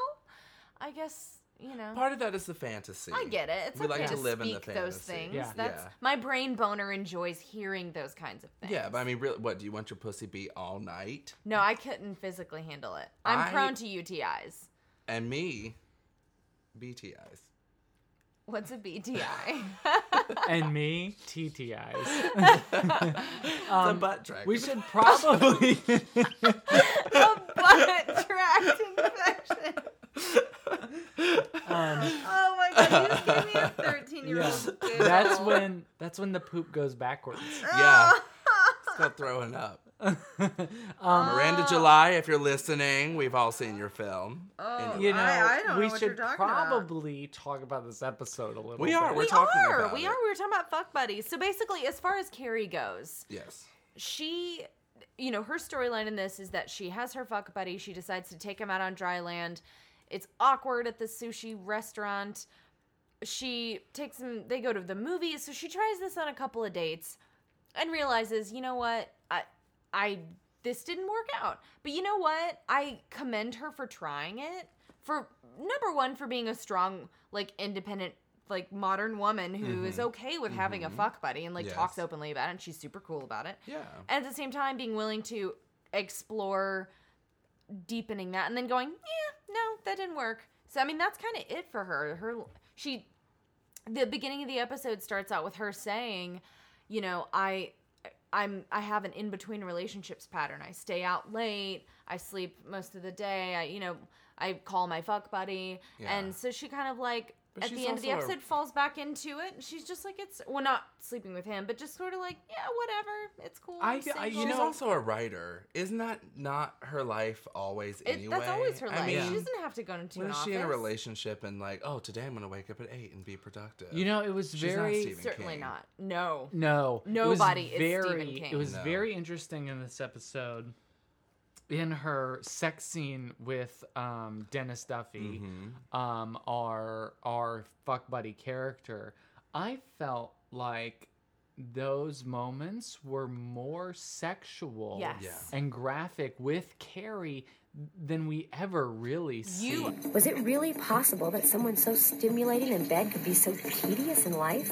Speaker 2: I guess you know.
Speaker 3: part of that is the fantasy.
Speaker 2: I get it. It's
Speaker 3: we
Speaker 2: okay
Speaker 3: like
Speaker 2: to
Speaker 3: to live in the
Speaker 2: speak those
Speaker 3: fantasy.
Speaker 2: things.
Speaker 1: Yeah.
Speaker 2: That's
Speaker 3: Yeah.
Speaker 2: my brain boner enjoys hearing those kinds of things.
Speaker 3: Yeah, but I mean, really, what do you want your pussy be all night?
Speaker 2: no, I couldn't physically handle it. I'm
Speaker 3: I-
Speaker 2: prone to UTIs.
Speaker 3: And me, BTIs.
Speaker 2: What's a BTI?
Speaker 1: and me, TTIs.
Speaker 3: the butt track.
Speaker 1: Um, We should probably.
Speaker 2: a butt tract infection.
Speaker 3: Um,
Speaker 2: oh my god, you just gave me a 13 year
Speaker 1: yeah.
Speaker 2: old.
Speaker 1: That's when that's when the poop goes backwards.
Speaker 3: Yeah. It's called throwing up. Miranda July, if you're listening, we've all seen your film. Oh,
Speaker 1: You know,
Speaker 2: I don't know
Speaker 1: we
Speaker 2: what
Speaker 1: should
Speaker 2: you're talking about.
Speaker 1: probably talk about this episode a little.
Speaker 3: we are.
Speaker 1: bit.
Speaker 3: We're
Speaker 2: we
Speaker 3: talking
Speaker 2: are.
Speaker 3: about
Speaker 2: we
Speaker 3: it.
Speaker 2: are. We were talking about fuck buddies. So basically, as far as Carrie goes,
Speaker 3: Yes.
Speaker 2: she you know her storyline in this is that she has her fuck buddy she decides to take him out on dry land it's awkward at the sushi restaurant she takes him they go to the movies so she tries this on a couple of dates and realizes you know what i i this didn't work out but you know what i commend her for trying it for number one for being a strong like independent like modern woman who is okay with having a fuck buddy and like
Speaker 3: Yes.
Speaker 2: talks openly about it and she's super cool about it
Speaker 3: Yeah.
Speaker 2: and at the same time being willing to explore deepening that and then going yeah no that didn't work so i mean that's kind of it for her her she the beginning of the episode starts out with her saying you know i i'm i have an in-between relationships pattern i stay out late i sleep most of the day i you know i call my fuck buddy
Speaker 3: Yeah.
Speaker 2: and so she kind of like
Speaker 3: But
Speaker 2: at
Speaker 3: she's
Speaker 2: the end of the
Speaker 3: also a-
Speaker 2: episode falls back into it and she's just like it's well not sleeping with him but just sort of like yeah whatever it's cool
Speaker 1: I-
Speaker 2: I'm
Speaker 1: I- you
Speaker 2: single."
Speaker 3: She's
Speaker 1: know-
Speaker 3: also a writer. Isn't that not her life always
Speaker 2: It-
Speaker 3: anyway?
Speaker 2: that's always her life
Speaker 3: I mean,
Speaker 2: she doesn't have to go into
Speaker 3: when
Speaker 2: an
Speaker 3: is
Speaker 2: office
Speaker 3: she in a relationship and like, oh, today I'm going to wake up at 8 and be productive?
Speaker 1: You know, it was
Speaker 3: She's not
Speaker 1: very
Speaker 3: Stephen
Speaker 2: certainly
Speaker 3: King.
Speaker 2: not no
Speaker 1: No, it was
Speaker 2: Nobody is Stephen
Speaker 1: very-
Speaker 2: King.
Speaker 1: It was
Speaker 3: No.
Speaker 1: very interesting in this episode. In her sex scene with um, Dennis Duffy,
Speaker 3: Mm-hmm.
Speaker 1: um, our our fuck buddy character, I felt like those moments were more sexual
Speaker 2: yes
Speaker 3: Yeah.
Speaker 1: and graphic with Carrie than we ever really see.
Speaker 2: you
Speaker 5: Was it really possible that someone so stimulating in bed could be so tedious in life?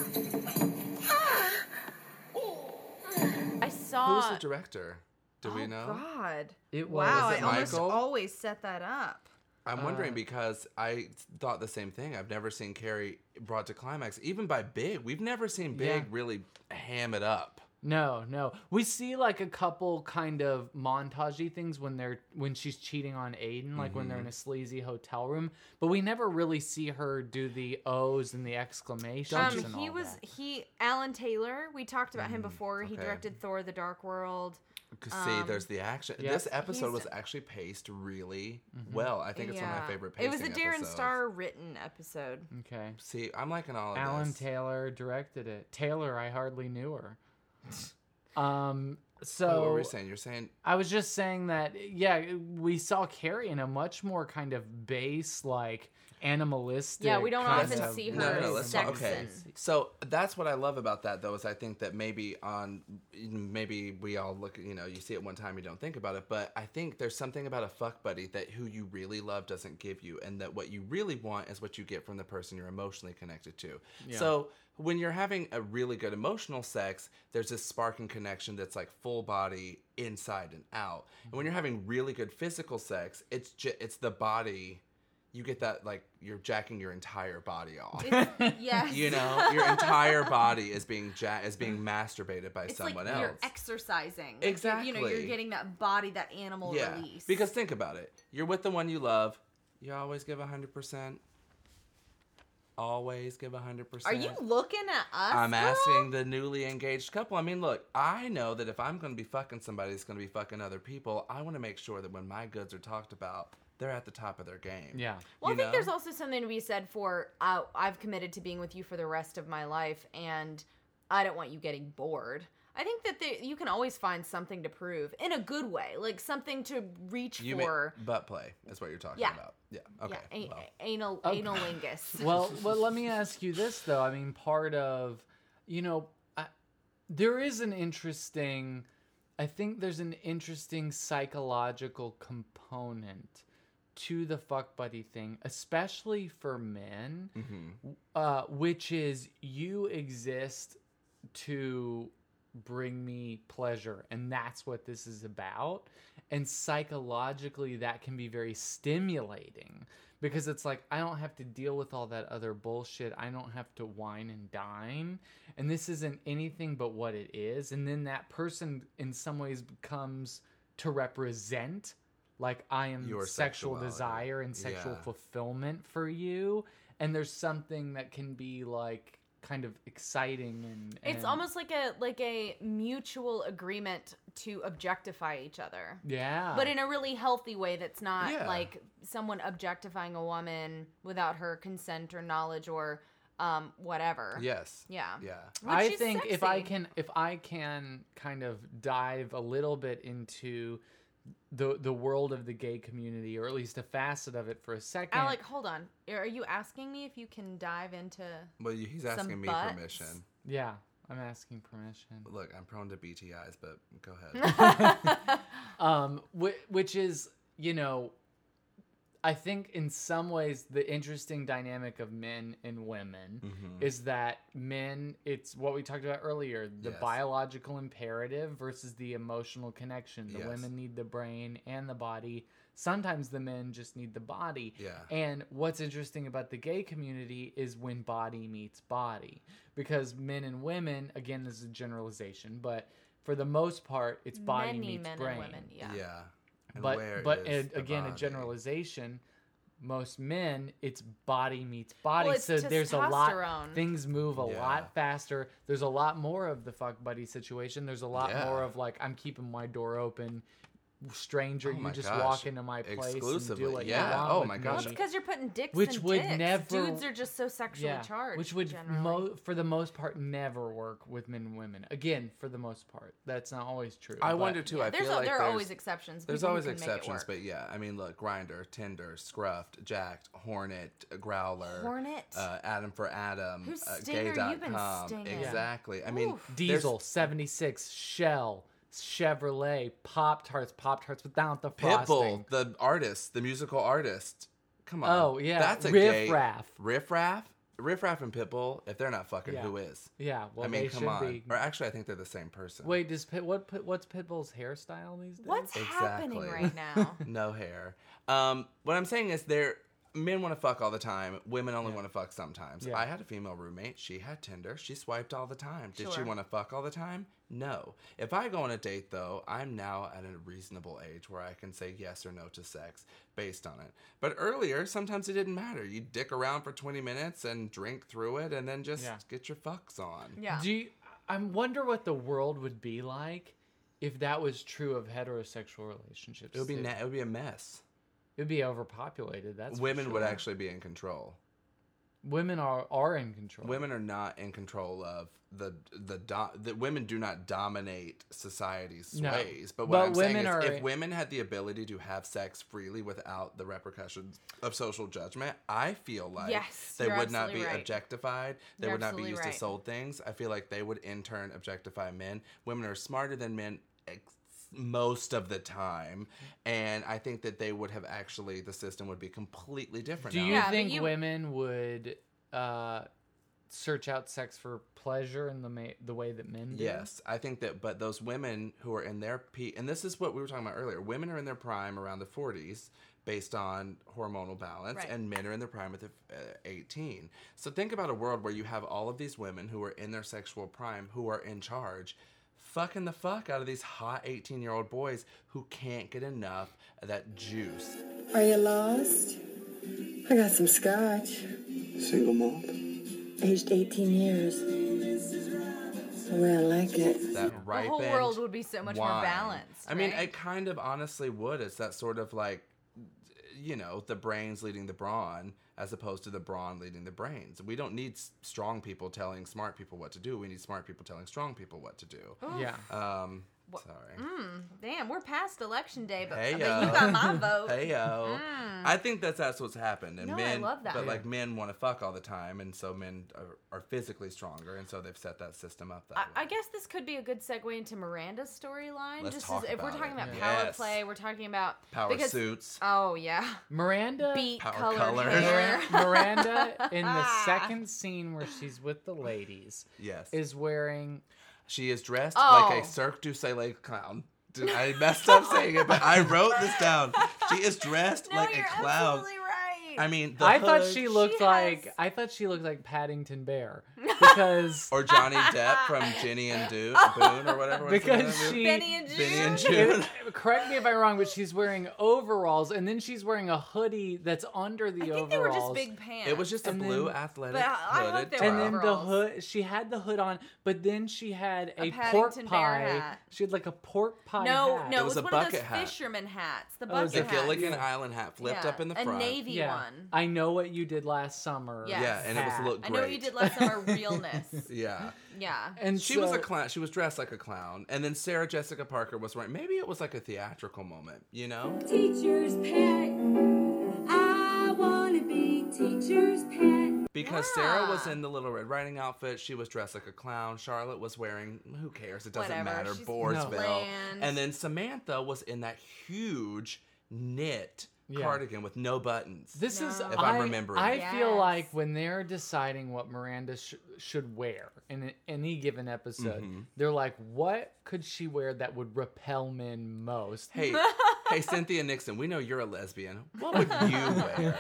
Speaker 2: i
Speaker 3: Who's
Speaker 2: saw oh,
Speaker 3: the director? Do we know?
Speaker 8: God.
Speaker 1: It
Speaker 8: Wow,
Speaker 1: was-
Speaker 8: I
Speaker 3: it
Speaker 8: almost
Speaker 3: Michael?
Speaker 8: always set that up.
Speaker 3: I'm wondering because I thought the same thing. I've never seen Carrie brought to climax, even by Big. We've never seen Big
Speaker 1: Yeah.
Speaker 3: really ham it up.
Speaker 1: No, no. We see like a couple kind of montagey things when they're when she's cheating on Aiden, like when they're in a
Speaker 3: Mm-hmm.
Speaker 1: sleazy hotel room. But we never really see her do the O's and the exclamations.
Speaker 2: um
Speaker 1: and
Speaker 2: he
Speaker 1: all
Speaker 2: was
Speaker 1: that.
Speaker 2: he alan taylor we talked about him before he
Speaker 3: Mm, okay.
Speaker 2: directed thor the dark world
Speaker 3: 'Cause see, there's the action.
Speaker 1: yeah.
Speaker 3: This episode
Speaker 2: Um, He's-
Speaker 3: was actually paced really
Speaker 1: Mm-hmm.
Speaker 3: well. I think it's one of my favorite pacing
Speaker 2: it was a darren
Speaker 3: episodes.
Speaker 2: star written episode
Speaker 1: okay.
Speaker 3: See, I'm liking all of
Speaker 1: Alan
Speaker 3: this.
Speaker 1: Taylor directed it. Taylor, I hardly knew her. Um. So
Speaker 3: Oh, what were we saying? You're saying
Speaker 1: I was just saying that, yeah, we saw Carrie in a much more kind of base, like animalistic.
Speaker 2: Yeah, we don't
Speaker 1: kind
Speaker 2: often
Speaker 1: of
Speaker 2: see her
Speaker 3: no, no, no,
Speaker 2: as
Speaker 3: let's
Speaker 1: way.
Speaker 3: not- okay.
Speaker 2: Sexton.
Speaker 3: So that's what I love about that, though, is I think that maybe on maybe we all look, you know, you see it one time, you don't think about it, but I think there's something about a fuck buddy that who you really love doesn't give you, and that what you really want is what you get from the person you're emotionally connected to. So when you're having a really good emotional sex, there's this sparking connection that's like full body inside and out, and when you're having really good physical sex, it's ju- it's the body. You get that like you're jacking your entire body off
Speaker 2: yes
Speaker 3: you know your entire body is being ja- is being masturbated by
Speaker 8: It's
Speaker 3: someone
Speaker 8: like
Speaker 3: else
Speaker 8: you're exercising. Like, you're- You know, you're
Speaker 3: Exactly.
Speaker 8: getting that body, that animal
Speaker 3: yeah
Speaker 8: release.
Speaker 3: because think about it you're with the one you love you always give 100% always give 100%.
Speaker 2: Are you looking at us?
Speaker 3: I'm
Speaker 2: girl?
Speaker 3: asking the newly engaged couple. I mean, look, I know that if I'm going to be fucking somebody that's going to be fucking other people, I want to make sure that when my goods are talked about, they're at the top of their game.
Speaker 1: Yeah.
Speaker 2: Well,
Speaker 3: you
Speaker 2: I think there's
Speaker 3: know?
Speaker 2: also something to be said for uh, I've committed to being with you for the rest of my life, and I don't want you getting bored. I think that they, you can always find something to prove in a good way, like something to reach
Speaker 3: you
Speaker 2: for.
Speaker 3: mean butt play is what you're talking
Speaker 2: Yeah.
Speaker 3: about. Yeah. Okay.
Speaker 2: yeah, a-
Speaker 3: well.
Speaker 2: anal
Speaker 1: Okay.
Speaker 2: analingus.
Speaker 1: well, well, let me ask you this though. I mean, part of, you know, I, there is an interesting. I think there's an interesting psychological component to the fuck buddy thing, especially for men,
Speaker 3: mm-hmm.
Speaker 1: uh, which is you exist to bring me pleasure and that's what this is about and psychologically that can be very stimulating because it's like I don't have to deal with all that other bullshit I don't have to wine and dine and this isn't anything but what it is and then that person in some ways becomes to represent like I am
Speaker 3: Your
Speaker 1: sexual
Speaker 3: sexuality.
Speaker 1: desire and sexual
Speaker 3: Yeah.
Speaker 1: fulfillment for you and there's something that can be like kind of exciting and,
Speaker 2: It's
Speaker 1: and-
Speaker 2: almost like a like a mutual agreement to objectify each other.
Speaker 1: yeah
Speaker 2: but in a really healthy way that's not
Speaker 3: Yeah.
Speaker 2: like someone objectifying a woman without her consent or knowledge or um whatever.
Speaker 3: Yes.
Speaker 2: Yeah.
Speaker 3: Yeah.
Speaker 2: Which
Speaker 1: I
Speaker 2: is
Speaker 1: think if I
Speaker 2: sexy.
Speaker 1: can if I can kind of dive a little bit into the the world of the gay community or at least a facet of it for a second.
Speaker 2: Alec, hold on. Are you asking me if you can dive into
Speaker 3: Well, you- he's
Speaker 2: Some
Speaker 3: asking me
Speaker 2: butts?
Speaker 3: permission.
Speaker 1: yeah, I'm asking permission.
Speaker 3: Look, I'm prone to BTIs, but go ahead.
Speaker 1: Um wh- which is, you know, I think in some ways the interesting dynamic of men and women
Speaker 3: Mm-hmm.
Speaker 1: is that men it's what we talked about earlier the
Speaker 3: Yes.
Speaker 1: biological imperative versus the emotional connection the
Speaker 3: Yes.
Speaker 1: women need the brain and the body sometimes the men just need the body
Speaker 3: Yeah.
Speaker 1: and what's interesting about the gay community is when body meets body because men and women again this is a generalization but for the most part it's body
Speaker 2: many
Speaker 1: meets
Speaker 2: men
Speaker 1: brain
Speaker 2: and women? Yeah.
Speaker 3: yeah. And
Speaker 1: but
Speaker 3: where
Speaker 1: but
Speaker 3: is
Speaker 1: a-
Speaker 3: the
Speaker 1: again a
Speaker 3: body?
Speaker 1: generalization most men it's body meets body
Speaker 2: Well, it's
Speaker 1: so there's a lot
Speaker 2: testosterone.
Speaker 1: things move a
Speaker 3: Yeah.
Speaker 1: lot faster there's a lot more of the fuck buddy situation there's a lot
Speaker 3: Yeah.
Speaker 1: more of like i'm keeping my door open stranger
Speaker 3: Oh
Speaker 1: you
Speaker 3: my
Speaker 1: just
Speaker 3: gosh.
Speaker 1: walk into my place and
Speaker 3: Exclusively,
Speaker 1: do what
Speaker 3: yeah.
Speaker 1: you want
Speaker 3: Oh
Speaker 1: with
Speaker 3: my
Speaker 1: me.
Speaker 2: Well,
Speaker 3: gosh.
Speaker 2: it's because you're putting dicks
Speaker 1: Which
Speaker 2: in
Speaker 1: would
Speaker 2: dicks.
Speaker 1: never-
Speaker 2: Dudes are just so sexually charged.
Speaker 1: which would
Speaker 2: generally.
Speaker 1: mo- for the most part never work with men and women again for the most part that's not always true
Speaker 3: I
Speaker 1: but-
Speaker 3: wonder too. I
Speaker 2: there's
Speaker 3: feel
Speaker 2: a-
Speaker 3: like
Speaker 2: there are
Speaker 3: there's-
Speaker 2: always exceptions.
Speaker 3: There's
Speaker 2: People who
Speaker 3: always
Speaker 2: can make it
Speaker 3: exceptions,
Speaker 2: work.
Speaker 3: but yeah, I mean, look, Grinder, Tinder, Scruffed, Jacked, Hornet, Growler,
Speaker 2: Hornet?
Speaker 3: uh, Adam for Adam,
Speaker 2: Who's
Speaker 3: uh,
Speaker 2: Stinger? You've been
Speaker 3: gay.com.
Speaker 2: stinging.
Speaker 3: Exactly. I mean,
Speaker 2: Oof.
Speaker 3: there's-
Speaker 1: Diesel, 76, Shell, Chevrolet, Pop Tarts, Pop Tarts without the frosting.
Speaker 3: Pitbull, the artist, the musical artist. Come on.
Speaker 1: Oh, yeah.
Speaker 3: that's a
Speaker 1: Riff
Speaker 3: gay-
Speaker 1: Raff.
Speaker 3: Riff Raff, Riff Raff, and Pitbull. If they're not fucking,
Speaker 1: Yeah.
Speaker 3: who is?
Speaker 1: Yeah, well,
Speaker 3: I mean,
Speaker 1: they
Speaker 3: come
Speaker 1: should
Speaker 3: on.
Speaker 1: be.
Speaker 3: Or actually, I think they're the same person.
Speaker 1: Wait, does Pit, what, Pit- what's Pitbull's hairstyle these days?
Speaker 2: What's happening
Speaker 3: Exactly.
Speaker 2: right now?
Speaker 3: no hair. Um, what I'm saying is there men want to fuck all the time. Women only want to fuck sometimes.
Speaker 1: Yeah.
Speaker 3: I had a female roommate. She had Tinder. She swiped all the time. Did she
Speaker 2: Sure.
Speaker 3: want to fuck all the time? No. If I go on a date though, I'm now at a reasonable age where I can say yes or no to sex based on it. But earlier, sometimes it didn't matter. You dick around for 20 minutes and drink through it, and then just
Speaker 1: Yeah.
Speaker 3: get your fucks on.
Speaker 2: Yeah.
Speaker 1: Do you, I wonder what the world would be like if that was true of heterosexual relationships.
Speaker 3: It would be
Speaker 1: too.
Speaker 3: na- it would be a mess.
Speaker 1: it would be overpopulated. That's for
Speaker 3: Women would
Speaker 1: sure.
Speaker 3: actually be in control.
Speaker 1: Women are are in control.
Speaker 3: women are not in control of the the do, the women do not dominate society's
Speaker 1: No.
Speaker 3: ways. But what
Speaker 1: But
Speaker 3: I'm
Speaker 1: women
Speaker 3: saying is,
Speaker 1: are-
Speaker 3: if women had the ability to have sex freely without the repercussions of social judgment, I feel like
Speaker 2: Yes,
Speaker 3: they
Speaker 2: you're
Speaker 3: would not be
Speaker 2: absolutely right.
Speaker 3: objectified. They
Speaker 2: You're
Speaker 3: would not be
Speaker 2: absolutely
Speaker 3: used
Speaker 2: right.
Speaker 3: to sold things. I feel like they would in turn objectify men. Women are smarter than men. Ex- most of the time, and I think that they would have actually the system would be completely different.
Speaker 1: Do
Speaker 3: now.
Speaker 1: you
Speaker 2: Yeah, but
Speaker 1: think
Speaker 2: you-
Speaker 1: women would uh, search out sex for pleasure in the ma- the way that men do?
Speaker 3: Yes, I think that, but those women who are in their peak, and this is what we were talking about earlier women are in their prime around the 40s based on hormonal balance,
Speaker 2: Right.
Speaker 3: and men are in their prime at the, uh, 18. So think about a world where you have all of these women who are in their sexual prime who are in charge. Fucking the fuck out of these hot 18 year old boys who can't get enough of that juice.
Speaker 9: Are you lost? I got some scotch. Single malt?
Speaker 10: Aged 18 years. The way I like it.
Speaker 3: that ripened
Speaker 2: whole world would be so much more
Speaker 3: wine.
Speaker 2: balanced,
Speaker 3: I mean,
Speaker 2: right?
Speaker 3: it kind of honestly would. It's that sort of like, you know, the brains leading the brawn as opposed to the brawn leading the brains. We don't need s- strong people telling smart people what to do. We need smart people telling strong people what to do.
Speaker 2: Oh,
Speaker 1: Yeah.
Speaker 3: Um,
Speaker 2: mm.
Speaker 3: sorry.
Speaker 2: hmm, Damn, we're past election day, but
Speaker 3: Hey
Speaker 2: I mean,
Speaker 3: yo.
Speaker 2: you got my vote.
Speaker 3: Hey yo. I think that's that's what's happened. And
Speaker 2: Mm. No, I
Speaker 3: men
Speaker 2: love that.
Speaker 3: but
Speaker 2: Yeah.
Speaker 3: like men want to fuck all the time and so men are, are physically stronger and so they've set that system up that
Speaker 2: I, I
Speaker 3: way.
Speaker 2: guess this could be a good segue into Miranda's storyline.
Speaker 3: Let's
Speaker 2: Just
Speaker 3: talk
Speaker 2: as, if we're
Speaker 3: about
Speaker 2: talking
Speaker 3: it.
Speaker 2: about
Speaker 3: Yeah.
Speaker 2: power
Speaker 3: Yes.
Speaker 2: play, we're talking about
Speaker 3: Power
Speaker 2: because-
Speaker 3: suits.
Speaker 2: Oh yeah,
Speaker 1: Miranda
Speaker 2: beat
Speaker 3: Power
Speaker 2: color
Speaker 3: colored.
Speaker 2: hair.
Speaker 1: Miranda in the second scene where she's with the ladies
Speaker 3: yes.
Speaker 1: is wearing
Speaker 3: She is dressed like
Speaker 2: Oh.
Speaker 3: a Cirque du Soleil clown. Dude, I messed up saying it, but I wrote this down. She is dressed
Speaker 2: no,
Speaker 3: like
Speaker 2: you're
Speaker 3: a clown.
Speaker 2: absolutely right.
Speaker 3: I mean, the
Speaker 1: I thought
Speaker 3: hood-
Speaker 1: she looked
Speaker 2: She
Speaker 1: like
Speaker 2: has-
Speaker 1: I thought she looked like Paddington Bear because
Speaker 3: or Johnny Depp from Ginny and Dude,
Speaker 2: Oh.
Speaker 3: Boone or whatever. what's the name
Speaker 1: because
Speaker 3: of it?
Speaker 1: she
Speaker 2: Benny and June.
Speaker 3: Benny and June.
Speaker 1: It- correct me if I'm wrong, but she's wearing overalls and then she's wearing a hoodie that's under the
Speaker 2: I think
Speaker 1: overalls.
Speaker 2: they were just big pants.
Speaker 3: It was just a
Speaker 1: And
Speaker 3: blue
Speaker 1: then-
Speaker 3: athletic
Speaker 2: But I- I hope
Speaker 3: hooded
Speaker 2: they were
Speaker 1: and then
Speaker 3: top.
Speaker 1: the
Speaker 2: overalls.
Speaker 1: hood, she had the hood on, but then she had a, pork
Speaker 2: Paddington Bear
Speaker 1: pie.
Speaker 2: hat.
Speaker 1: She had like a pork pie.
Speaker 2: no,
Speaker 1: hat.
Speaker 2: no,
Speaker 3: It
Speaker 2: it
Speaker 3: was
Speaker 2: was,
Speaker 3: a
Speaker 2: one of
Speaker 3: bucket
Speaker 2: those
Speaker 3: hat.
Speaker 2: fisherman hats, the
Speaker 1: Oh, it was
Speaker 2: bucket
Speaker 3: The
Speaker 1: a
Speaker 2: hats.
Speaker 3: Gilligan Island hat flipped
Speaker 2: Yeah,
Speaker 3: up in the
Speaker 2: a
Speaker 3: front.
Speaker 2: navy one.
Speaker 1: I know what you did last summer.
Speaker 2: Yes.
Speaker 3: Yeah, and it was
Speaker 1: hat.
Speaker 3: looked
Speaker 2: I
Speaker 3: great.
Speaker 2: know what you did last summer. Realness.
Speaker 3: Yeah.
Speaker 2: Yeah.
Speaker 1: And
Speaker 3: She was a
Speaker 1: so-
Speaker 3: clown. She was dressed like a clown. And then Sarah Jessica Parker was right. Maybe it was like a theatrical moment, you know?
Speaker 4: Teacher's pet. I wanna be teacher's pet.
Speaker 3: Because Sarah was
Speaker 2: Yeah.
Speaker 3: in the Little Red Riding outfit. She was dressed like a clown. Charlotte was wearing, who cares? It doesn't
Speaker 2: Whatever,
Speaker 3: matter.
Speaker 2: she's
Speaker 3: Boardsville.
Speaker 2: bland.
Speaker 3: And then Samantha was in that huge knit
Speaker 1: Yeah.
Speaker 3: cardigan with no buttons.
Speaker 1: This is
Speaker 2: No.
Speaker 3: If
Speaker 1: I,
Speaker 3: I'm remembering.
Speaker 1: I feel
Speaker 2: Yes.
Speaker 1: like when they're deciding what Miranda sh- should wear in a- any given episode,
Speaker 3: Mm-hmm.
Speaker 1: they're like, "What could she wear that would repel men most?"
Speaker 3: hey, hey, Cynthia Nixon, we know you're a lesbian. What would you wear?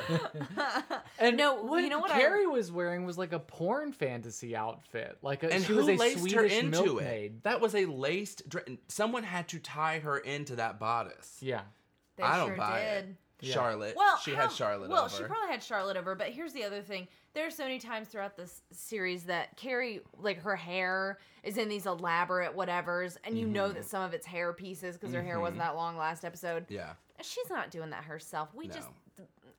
Speaker 1: And
Speaker 2: No,
Speaker 1: what
Speaker 2: you know what I-
Speaker 1: Carrie was wearing was like a porn fantasy outfit, like a,
Speaker 3: And
Speaker 1: she
Speaker 3: who
Speaker 1: was a
Speaker 3: laced
Speaker 1: Swedish
Speaker 3: her into
Speaker 1: milkmaid.
Speaker 3: it? That was a laced dress. Someone had to tie her into that bodice.
Speaker 1: Yeah,
Speaker 2: They
Speaker 3: I don't
Speaker 2: sure
Speaker 3: buy
Speaker 2: did.
Speaker 3: it. Charlotte.
Speaker 2: Well,
Speaker 3: she
Speaker 2: how-
Speaker 3: had Charlotte
Speaker 2: Well,
Speaker 3: over.
Speaker 2: she probably had Charlotte over. But here's the other thing: there are so many times throughout this series that Carrie, like her hair, is in these elaborate whatevers, and you know that some of it's hair pieces because her hair wasn't that long last episode.
Speaker 3: Mm-hmm. yeah.
Speaker 2: She's not doing that herself. We just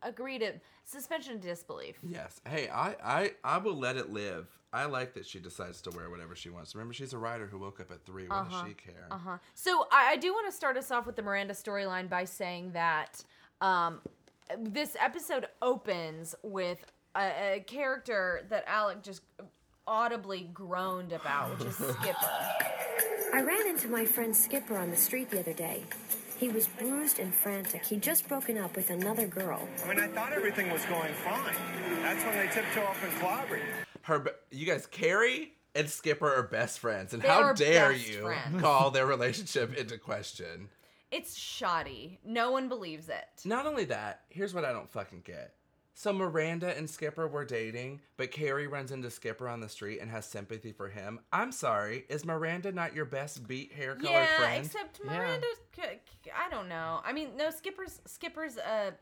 Speaker 2: agree to suspension of disbelief.
Speaker 3: Yes. Hey, I, I, I will let it live. I like that she decides to wear whatever she wants. Remember, she's a writer who woke up at three. What does she care?
Speaker 2: Uh-huh. So I, I do want to start us off with the Miranda storyline by saying that um, this episode opens with a, a character that Alec just audibly groaned about, which is Skipper.
Speaker 5: I ran into my friend Skipper on the street the other day. He was bruised and frantic. He'd just broken up with another girl.
Speaker 9: When I thought everything was going fine, that's when they tiptoe up and clobber you.
Speaker 3: Her, be- you guys, Carrie and Skipper are best friends, and
Speaker 2: They
Speaker 3: how
Speaker 2: are
Speaker 3: dare
Speaker 2: best
Speaker 3: you
Speaker 2: friends.
Speaker 3: call their relationship into question?
Speaker 2: It's shoddy. No one believes it.
Speaker 3: Not only that, here's what I don't fucking get. So Miranda and Skipper were dating, but Carrie runs into Skipper on the street and has sympathy for him. I'm sorry, is Miranda not your best beat hair colored
Speaker 2: Yeah,
Speaker 3: friend?
Speaker 2: except
Speaker 1: Yeah.
Speaker 2: Miranda. I don't know. I mean, no. Skipper's Skipper's a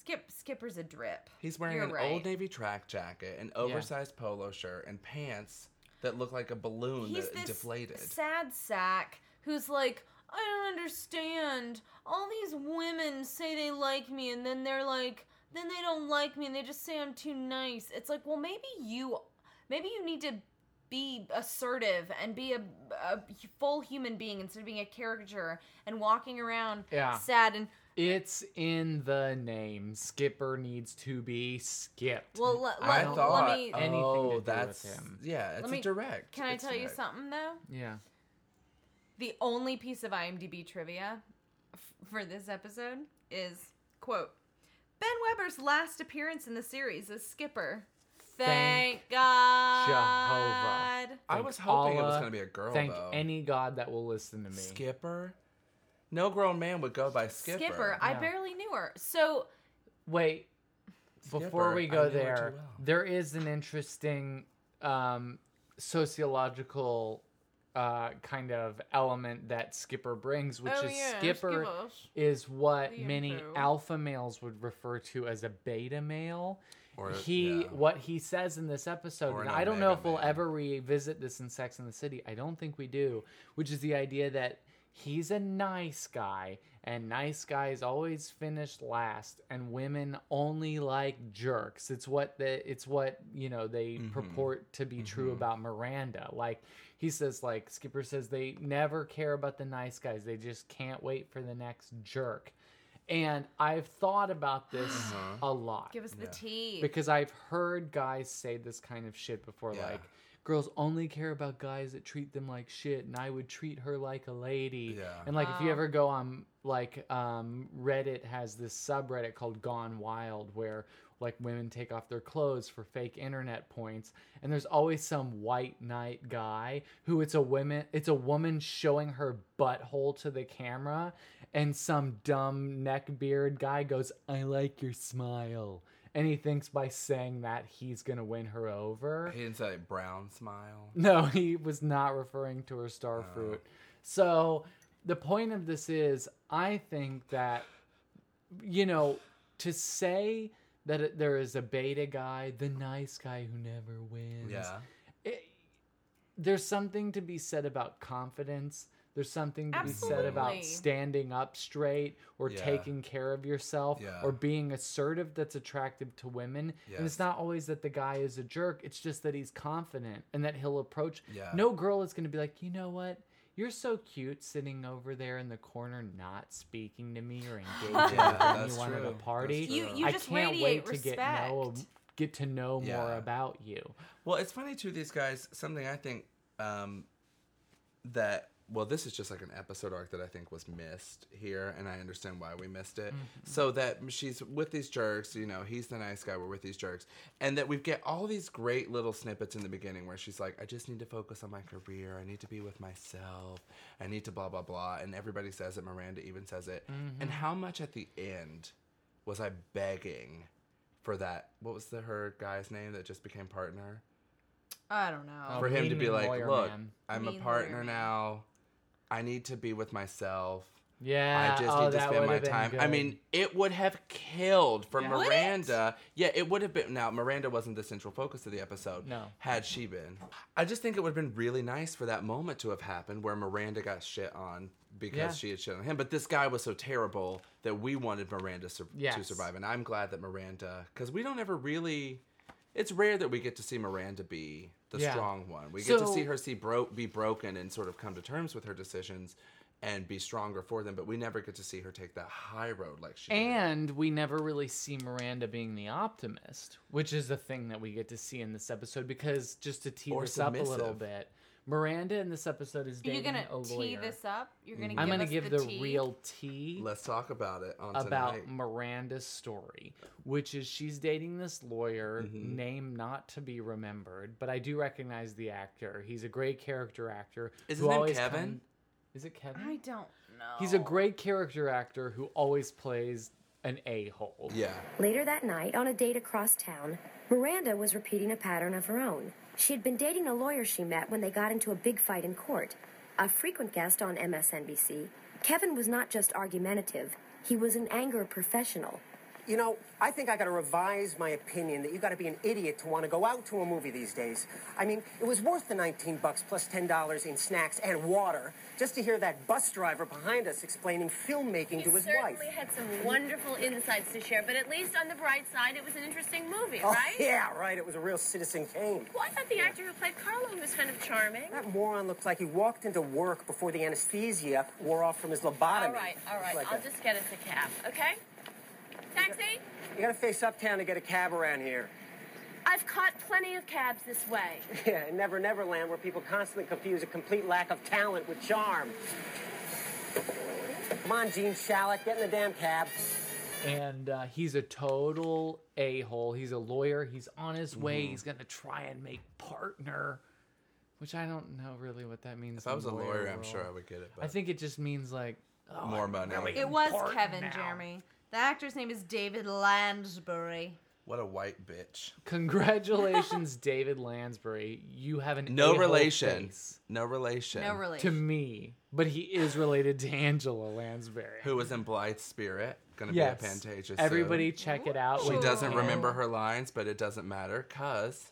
Speaker 2: Skip Skipper's a drip.
Speaker 3: He's wearing
Speaker 2: You're
Speaker 3: an
Speaker 2: right.
Speaker 3: old navy track jacket, an oversized polo shirt, and pants that look like a balloon
Speaker 2: he's
Speaker 3: that
Speaker 2: this
Speaker 3: deflated.
Speaker 2: sad sack who's like i don't understand all these women say they like me and then they're like then they don't like me and they just say i'm too nice it's like well maybe you maybe you need to be assertive and be a, a full human being instead of being a caricature and walking around
Speaker 1: Yeah.
Speaker 2: sad and
Speaker 1: it's in the name. Skipper needs to be skipped.
Speaker 2: well let, let,
Speaker 3: I
Speaker 2: let
Speaker 3: thought,
Speaker 2: me
Speaker 1: Anything to do
Speaker 3: oh,
Speaker 1: with
Speaker 3: that's
Speaker 1: him.
Speaker 3: yeah, it's
Speaker 2: me-
Speaker 3: a direct.
Speaker 2: can i
Speaker 3: It's
Speaker 2: tell you
Speaker 3: direct.
Speaker 2: something though
Speaker 1: yeah,
Speaker 2: The only piece of IMDb trivia f- for this episode is quote Ben Weber's last appearance in the series is Skipper. Thank,
Speaker 1: Thank
Speaker 2: God.
Speaker 1: Jehovah.
Speaker 3: I
Speaker 1: Thank
Speaker 3: was hoping it was
Speaker 1: Allah.
Speaker 3: going to be a girl.
Speaker 1: Thank
Speaker 3: though.
Speaker 1: any god that will listen to me.
Speaker 3: Skipper. No grown man would go by Skipper.
Speaker 2: Skipper. I
Speaker 1: Yeah.
Speaker 2: barely knew her. So
Speaker 1: Wait, before
Speaker 3: Skipper,
Speaker 1: we
Speaker 3: I
Speaker 1: go
Speaker 3: knew her too
Speaker 1: there,
Speaker 3: well.
Speaker 1: there is an interesting um, sociological uh, kind of element that Skipper brings, which
Speaker 2: Oh,
Speaker 1: is
Speaker 2: yeah,
Speaker 1: Skipper
Speaker 2: Skippers.
Speaker 1: is what
Speaker 2: The
Speaker 1: many
Speaker 2: info.
Speaker 1: alpha males would refer to as a beta male.
Speaker 3: Or
Speaker 1: he
Speaker 3: yeah.
Speaker 1: what he says in this episode
Speaker 3: Or
Speaker 1: and
Speaker 3: an
Speaker 1: i don't know
Speaker 3: Omega
Speaker 1: if we'll
Speaker 3: Man.
Speaker 1: ever revisit this in sex and the city i don't think we do which is the idea that he's a nice guy and nice guys always finish last and women only like jerks it's what the it's what you know they
Speaker 3: Mm-hmm.
Speaker 1: purport to be true about miranda like he says like skipper says they never care about the nice guys they just can't wait for the next jerk and i've thought about this
Speaker 3: Uh-huh.
Speaker 1: a lot
Speaker 2: Give us the tea.
Speaker 1: because I've heard guys say this kind of shit before,
Speaker 3: Yeah.
Speaker 1: like girls only care about guys that treat them like shit, and I would treat her like a lady.
Speaker 3: Yeah.
Speaker 1: And like if you ever go on like um, Reddit has this subreddit called Gone Wild where like women take off their clothes for fake internet points and there's always some white knight guy who it's a woman it's a woman showing her butthole to the camera and some dumb neckbeard guy goes i like your smile and he thinks by saying that he's gonna win her over
Speaker 3: He didn't say like, brown smile.
Speaker 1: no, he was not referring to her star fruit. So the point of this is, I think that you know, to say that it- there is a beta guy, the nice guy who never wins.
Speaker 3: Yeah.
Speaker 1: it- there's something to be said about confidence. There's something to be said
Speaker 2: Absolutely.
Speaker 1: about standing up straight or
Speaker 3: Yeah.
Speaker 1: taking care of yourself
Speaker 3: Yeah.
Speaker 1: or being assertive that's attractive to women. And
Speaker 3: Yes.
Speaker 1: it's not always that the guy is a jerk, it's just that he's confident and that he'll approach.
Speaker 3: Yeah.
Speaker 1: No girl is going to be like, you know what? You're so cute sitting over there in the corner, not speaking to me or engaging
Speaker 3: Yeah,
Speaker 1: with
Speaker 3: that's
Speaker 1: anyone at a
Speaker 3: true.
Speaker 1: party.
Speaker 3: That's You- true.
Speaker 2: you
Speaker 1: I
Speaker 2: just
Speaker 1: can't wait
Speaker 2: radiate
Speaker 1: to get know
Speaker 2: respect.
Speaker 1: get to know more
Speaker 3: Yeah.
Speaker 1: about you.
Speaker 3: Well, it's funny too. These guys. Something I think um, that well, this is just like an episode arc that I think was missed here, and I understand why we missed it. So that she's with these jerks. You know, he's the nice guy. We're with these jerks, and that we get all these great little snippets in the beginning where she's like, "I just need to focus on my career. I need to be with myself. I need to blah blah blah." And everybody says it. Miranda even says it. And how much at the end was I begging? For that, what was the her guy's name that just became partner?
Speaker 8: I don't know.
Speaker 3: for him to
Speaker 1: Mean
Speaker 3: be like,
Speaker 1: lawyer
Speaker 3: look,
Speaker 1: man.
Speaker 3: I'm a
Speaker 8: Mean
Speaker 3: partner
Speaker 8: lawyer man.
Speaker 3: now. I need to be with myself.
Speaker 1: Yeah,
Speaker 3: I just
Speaker 1: oh,
Speaker 3: need to
Speaker 1: that
Speaker 3: spend my
Speaker 1: would've been
Speaker 3: time. I
Speaker 1: good.
Speaker 3: mean, it would have killed for
Speaker 1: Yeah. Would
Speaker 3: Miranda. Yeah, it would have been. Now, Miranda wasn't the central focus of the episode.
Speaker 1: No.
Speaker 3: Had she been. I just think it would have been really nice for that moment to have happened where Miranda got shit on because
Speaker 1: Yeah.
Speaker 3: she had shit on him. But this guy was so terrible that we wanted Miranda sur- to
Speaker 1: Yes.
Speaker 3: survive. And I'm glad that Miranda, because we don't ever really. It's rare that we get to see Miranda be the
Speaker 1: Yeah.
Speaker 3: strong one. We get to see
Speaker 1: So-
Speaker 3: her see bro- be broken and sort of come to terms with her decisions and be stronger for them, but we never get to see her take that high road like she did.
Speaker 1: And we never really see Miranda being the optimist, which is the thing that we get to see in this episode. Because just to tee
Speaker 3: Or
Speaker 1: this up a little
Speaker 3: submissive.
Speaker 1: bit, Miranda in this episode is
Speaker 2: You're
Speaker 1: dating
Speaker 2: gonna
Speaker 1: a
Speaker 2: tee
Speaker 1: lawyer. Mm.
Speaker 2: this up. You're gonna.
Speaker 1: I'm
Speaker 2: give
Speaker 1: gonna
Speaker 2: us
Speaker 1: give
Speaker 2: the,
Speaker 1: the,
Speaker 2: tea?
Speaker 1: real tea
Speaker 3: Let's talk about it on
Speaker 1: about
Speaker 3: tonight.
Speaker 1: Miranda's story, which is she's dating this lawyer,
Speaker 3: Mm-hmm.
Speaker 1: name not to be remembered, but I do recognize the actor. He's a great character actor.
Speaker 3: Is
Speaker 1: who
Speaker 3: his name
Speaker 1: always
Speaker 3: Kevin?
Speaker 1: come- Is it Kevin?
Speaker 8: I don't know.
Speaker 1: He's a great character actor who always plays an a hole.
Speaker 3: Yeah.
Speaker 5: Later that night, on a date across town, Miranda was repeating a pattern of her own. She had been dating a lawyer she met when they got into a big fight in court. A frequent guest on MSNBC, Kevin was not just argumentative, he was an anger professional.
Speaker 11: You know, I think I gotta revise my opinion that you gotta be an idiot to wanna go out to a movie these days. I mean, it was worth the 19 bucks plus $10 in snacks and water just to hear that bus driver behind us explaining filmmaking to his wife.
Speaker 10: had some wonderful insights to share, but at least on the bright side, it was an interesting movie,
Speaker 11: Oh, yeah, right. It was a real Citizen Kane.
Speaker 10: Well, I thought the actor who played Carlo was kind of charming.
Speaker 11: That moron looked like he walked into work before the anesthesia wore off from his lobotomy.
Speaker 10: All right, all right.
Speaker 11: Like
Speaker 10: I'll
Speaker 11: a-
Speaker 10: just get us a cab, okay? Taxi?
Speaker 11: You gotta face uptown to get a cab around here.
Speaker 10: I've caught plenty of cabs this way.
Speaker 11: Yeah, in Never Never Land, where people constantly confuse a complete lack of talent with charm. Come on, Gene Shalit, get in the damn cab.
Speaker 1: and uh, he's a total a hole. He's a lawyer. He's on his
Speaker 3: Mm-hmm.
Speaker 1: way. He's gonna try and make partner, which I don't know really what that means.
Speaker 3: If I was a lawyer, I'm sure I
Speaker 1: would.
Speaker 3: would get it. But
Speaker 1: I think it just means like oh,
Speaker 3: more
Speaker 1: I'm
Speaker 3: money.
Speaker 1: really
Speaker 8: It was
Speaker 1: important
Speaker 8: Kevin
Speaker 1: now.
Speaker 8: Jeremy. The actor's name is David Lansbury.
Speaker 3: What a white bitch.
Speaker 1: Congratulations, David Lansbury. You have an
Speaker 3: No
Speaker 1: a-hole
Speaker 3: relation.
Speaker 1: face
Speaker 3: No relation.
Speaker 8: No
Speaker 1: to
Speaker 8: relation.
Speaker 1: me, but he is related to Angela Lansbury.
Speaker 3: Who was in Blythe Spirit? Gonna
Speaker 1: Yes.
Speaker 3: be at Pantages. soon.
Speaker 1: Everybody, check it out.
Speaker 3: She
Speaker 1: when you
Speaker 3: doesn't
Speaker 1: can.
Speaker 3: remember her lines, but it doesn't matter because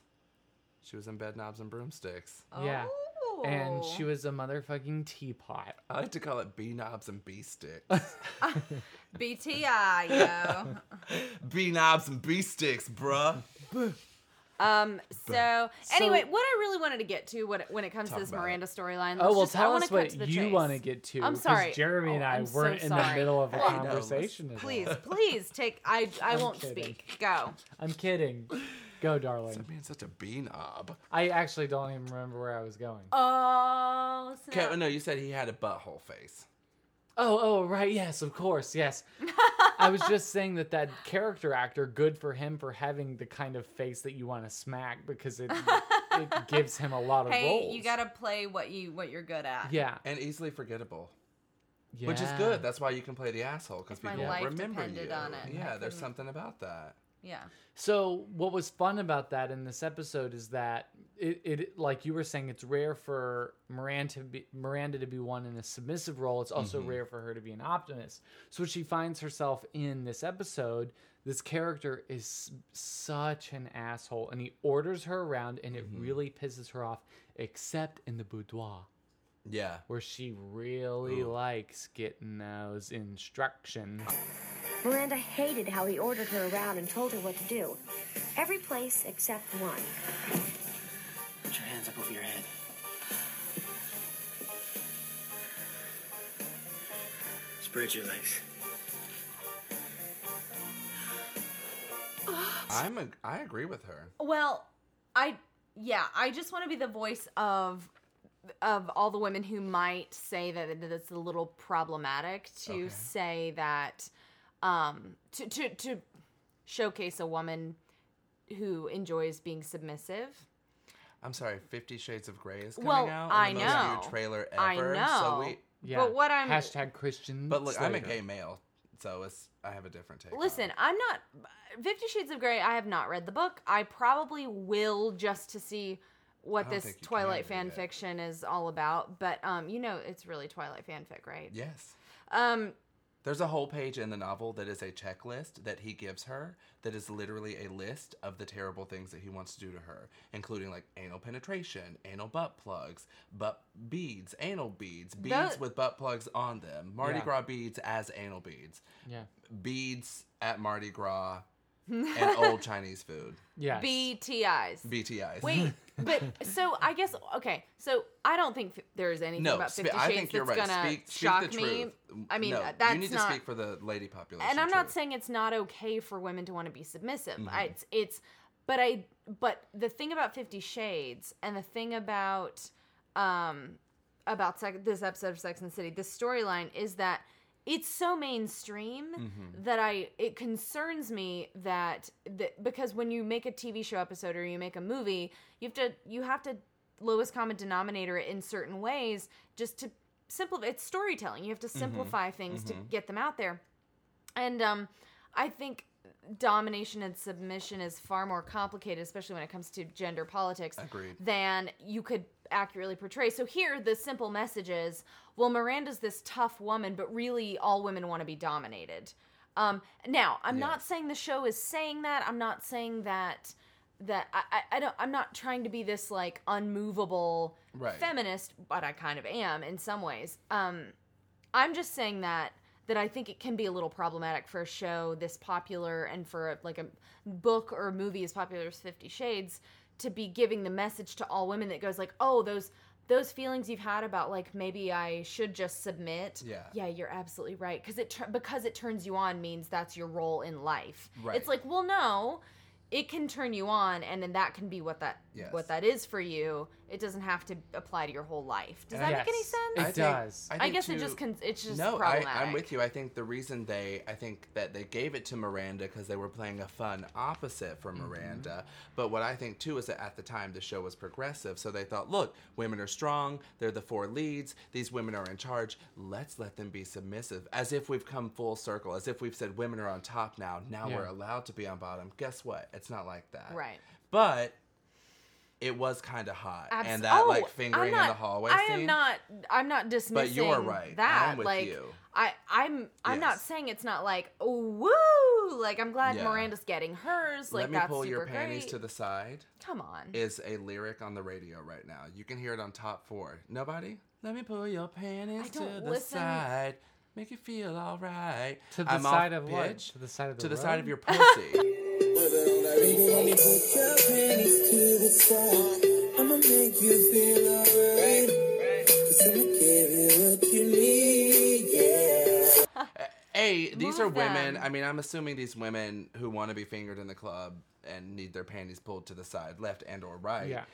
Speaker 3: she was in Bed Knobs and Broomsticks.
Speaker 2: Oh.
Speaker 1: Yeah. And she
Speaker 8: Oh.
Speaker 1: was a motherfucking teapot.
Speaker 3: I like to call it B Knobs and B Sticks.
Speaker 8: BTI, yo.
Speaker 3: B Knobs and B Sticks, bruh.
Speaker 2: Um. So anyway, what I really wanted to get to what, when it comes
Speaker 3: Talk
Speaker 2: to this
Speaker 3: about
Speaker 2: Miranda storyline.
Speaker 1: Oh
Speaker 2: let's
Speaker 1: well,
Speaker 2: just- I
Speaker 1: tell
Speaker 2: wanna
Speaker 1: us
Speaker 2: cut
Speaker 1: what
Speaker 2: to the
Speaker 1: you
Speaker 2: chase.
Speaker 1: want to get to.
Speaker 2: I'm
Speaker 1: 'cause
Speaker 2: sorry.
Speaker 1: Jeremy and
Speaker 2: Oh,
Speaker 1: I
Speaker 2: I'm so
Speaker 1: weren't in the
Speaker 2: sorry.
Speaker 1: middle of a
Speaker 2: Well, I know, let's-
Speaker 1: conversation. today.
Speaker 2: Please, please take. I I
Speaker 1: I'm
Speaker 2: won't
Speaker 1: kidding.
Speaker 2: speak. Go.
Speaker 1: I'm kidding. Go, darling.
Speaker 3: That man's such a B knob.
Speaker 1: I actually don't even remember where I was going.
Speaker 2: Oh snap.
Speaker 3: Kevin, no, you said he had a butthole face.
Speaker 1: Oh, oh, right. Yes, of course. Yes. I was just saying that that character actor, good for him for having the kind of face that you want to smack because it it gives him a lot of
Speaker 8: Hey,
Speaker 1: roles.
Speaker 8: you gotta play what you what you're good at.
Speaker 1: yeah,
Speaker 3: And easily forgettable.
Speaker 1: yeah,
Speaker 3: Which is good. That's why you can play the asshole because
Speaker 8: my
Speaker 3: people
Speaker 8: life
Speaker 3: remember
Speaker 8: depended
Speaker 3: you.
Speaker 8: on it.
Speaker 3: Yeah,
Speaker 8: I
Speaker 3: there's
Speaker 8: couldn't-
Speaker 3: something about that.
Speaker 8: Yeah.
Speaker 1: So what was fun about that in this episode is that it, it like you were saying, it's rare for Miranda to be Miranda to be one in a submissive role. It's
Speaker 3: Mm-hmm.
Speaker 1: also rare for her to be an optimist. So she finds herself in this episode. This character is such an asshole, and he orders her around, and
Speaker 3: Mm-hmm.
Speaker 1: it really pisses her off. Except in the boudoir,
Speaker 3: Yeah.
Speaker 1: where she really likes getting those instructions.
Speaker 5: Miranda hated how he ordered her around and told her what to do. Every place except one.
Speaker 7: Put your hands up over your head. Spread your legs.
Speaker 3: I'm a, I agree with her.
Speaker 2: Well, I yeah, I just want to be the voice of of all the women who might say that that it's a little problematic to
Speaker 3: Okay.
Speaker 2: say that um to, to to showcase a woman who enjoys being submissive.
Speaker 3: I'm sorry, Fifty Shades of Grey is coming
Speaker 2: Well,
Speaker 3: out.
Speaker 2: I
Speaker 3: in the most viewed
Speaker 2: know.
Speaker 3: trailer ever.
Speaker 2: I
Speaker 3: So
Speaker 2: know.
Speaker 3: we,
Speaker 1: Yeah.
Speaker 2: But what I'm-
Speaker 1: hashtag Christian.
Speaker 3: but look, I'm a
Speaker 1: Slater.
Speaker 3: gay male, so it's I have a different take. on
Speaker 2: Listen,
Speaker 3: it.
Speaker 2: I'm not Fifty Shades of Grey. I have not read the book. I probably will just to see
Speaker 3: I
Speaker 2: what
Speaker 3: don't
Speaker 2: this
Speaker 3: think you can
Speaker 2: Twilight
Speaker 3: read
Speaker 2: fan
Speaker 3: it.
Speaker 2: fiction is all about. But um, you know, it's really Twilight fanfic, right?
Speaker 3: yes,
Speaker 2: Um,
Speaker 3: there's a whole page in the novel that is a checklist that he gives her that is literally a list of the terrible things that he wants to do to her, including like anal penetration, anal butt plugs, butt beads, anal beads, beads
Speaker 2: Tho-
Speaker 3: with butt plugs on them, Mardi
Speaker 1: Yeah.
Speaker 3: Gras beads as anal beads,
Speaker 1: Yeah.
Speaker 3: beads at Mardi Gras, and old Chinese food,
Speaker 1: Yes.
Speaker 2: BTIs.
Speaker 3: BTIs.
Speaker 2: Wait, but so I guess okay. So I don't think f- there is anything
Speaker 3: No,
Speaker 2: about
Speaker 3: spe-
Speaker 2: Fifty
Speaker 3: I
Speaker 2: Shades
Speaker 3: think you're
Speaker 2: that's
Speaker 3: right.
Speaker 2: gonna
Speaker 3: Speak, speak
Speaker 2: shock
Speaker 3: the
Speaker 2: me.
Speaker 3: truth.
Speaker 2: I mean,
Speaker 3: No,
Speaker 2: uh, that's
Speaker 3: you need
Speaker 2: not.
Speaker 3: to speak for the lady population.
Speaker 2: and I'm not
Speaker 3: too.
Speaker 2: saying it's not okay for women to want to be submissive. I, it's it's, but I but the thing about Fifty Shades and the thing about um about sex, this episode of Sex and the City, this storyline is that it's so mainstream that I it concerns me that that because when you make a TV show episode or you make a movie, you have to you have to lowest common denominator it in certain ways just to simplify it's storytelling. You have to simplify things to get them out there. And um, I think domination and submission is far more complicated, especially when it comes to gender politics,
Speaker 3: Agreed.
Speaker 2: than you could accurately portray. So here, the simple message is: well, Miranda's this tough woman, but really, all women want to be dominated. Um, now, I'm not saying the show is saying that. I'm not saying that that I, I, I don't I'm not trying to be this like unmovable
Speaker 3: Right.
Speaker 2: feminist, but I kind of am in some ways. Um, I'm just saying that that I think it can be a little problematic for a show this popular and for like a book or a movie as popular as 50 Shades to be giving the message to all women that goes like, "Oh, those those feelings you've had about like maybe I should just submit."
Speaker 3: Yeah.
Speaker 2: Yeah, you're absolutely right because it tur because it turns you on means that's your role in life.
Speaker 3: Right.
Speaker 2: It's like, "Well, no, it can turn you on and then that can be what that
Speaker 3: Yes.
Speaker 2: what that is for you it doesn't have to apply to your whole life.
Speaker 3: Uh,
Speaker 2: Does that make any
Speaker 1: Yes,
Speaker 2: sense?
Speaker 1: it I think- does.
Speaker 2: I,
Speaker 1: I
Speaker 3: think
Speaker 2: guess it
Speaker 3: too-
Speaker 2: just con- it's just
Speaker 3: no, I,
Speaker 2: problematic.
Speaker 3: I'm with you. I think the reason they, I think that they gave it to Miranda because they were playing a fun opposite
Speaker 2: Mm-hmm.
Speaker 3: for Miranda. But what I think too is that at the time the show was progressive, so they thought, look, women are strong. They're the four leads. These women are in charge. Let's let them be submissive, as if we've come full circle, as if we've said women are on top now. Now we're
Speaker 1: Yeah.
Speaker 3: allowed to be on bottom. Guess what? It's not like that.
Speaker 2: Right.
Speaker 3: But. It was kind of hot,
Speaker 2: Abs-
Speaker 3: and that
Speaker 2: Oh,
Speaker 3: like
Speaker 2: I'm
Speaker 3: fingering in
Speaker 2: not-
Speaker 3: the hallway.
Speaker 2: I
Speaker 3: scene,
Speaker 2: am not. I'm not dismissing.
Speaker 3: right.
Speaker 2: That
Speaker 3: I'm with
Speaker 2: like
Speaker 3: you.
Speaker 2: I I'm I'm not
Speaker 3: Yes.
Speaker 2: saying it's not like oh woo like I'm glad
Speaker 3: Yeah.
Speaker 2: Miranda's getting hers like
Speaker 3: Let me
Speaker 2: that's
Speaker 3: pull
Speaker 2: super
Speaker 3: your panties
Speaker 2: great.
Speaker 3: to the side.
Speaker 2: Come on.
Speaker 3: Is a lyric on the radio right now. You can hear it on top four. Nobody? Let me pull your panties to
Speaker 2: don't
Speaker 3: the
Speaker 2: listen-
Speaker 3: side. Make you feel all right.
Speaker 1: To the
Speaker 3: I'm off
Speaker 1: side of what?
Speaker 3: pitch.
Speaker 1: To the side of the
Speaker 3: To the side
Speaker 1: road?
Speaker 3: of your pussy.
Speaker 4: Baby, let me put your panties to the side. I'ma make you feel alright. Just gonna give you what you need, yeah.
Speaker 3: a, these are
Speaker 4: Move
Speaker 3: women.
Speaker 4: them.
Speaker 3: I mean, I'm assuming these women who want to be fingered in the club and need their panties pulled to the side, left and or right.
Speaker 1: Yeah.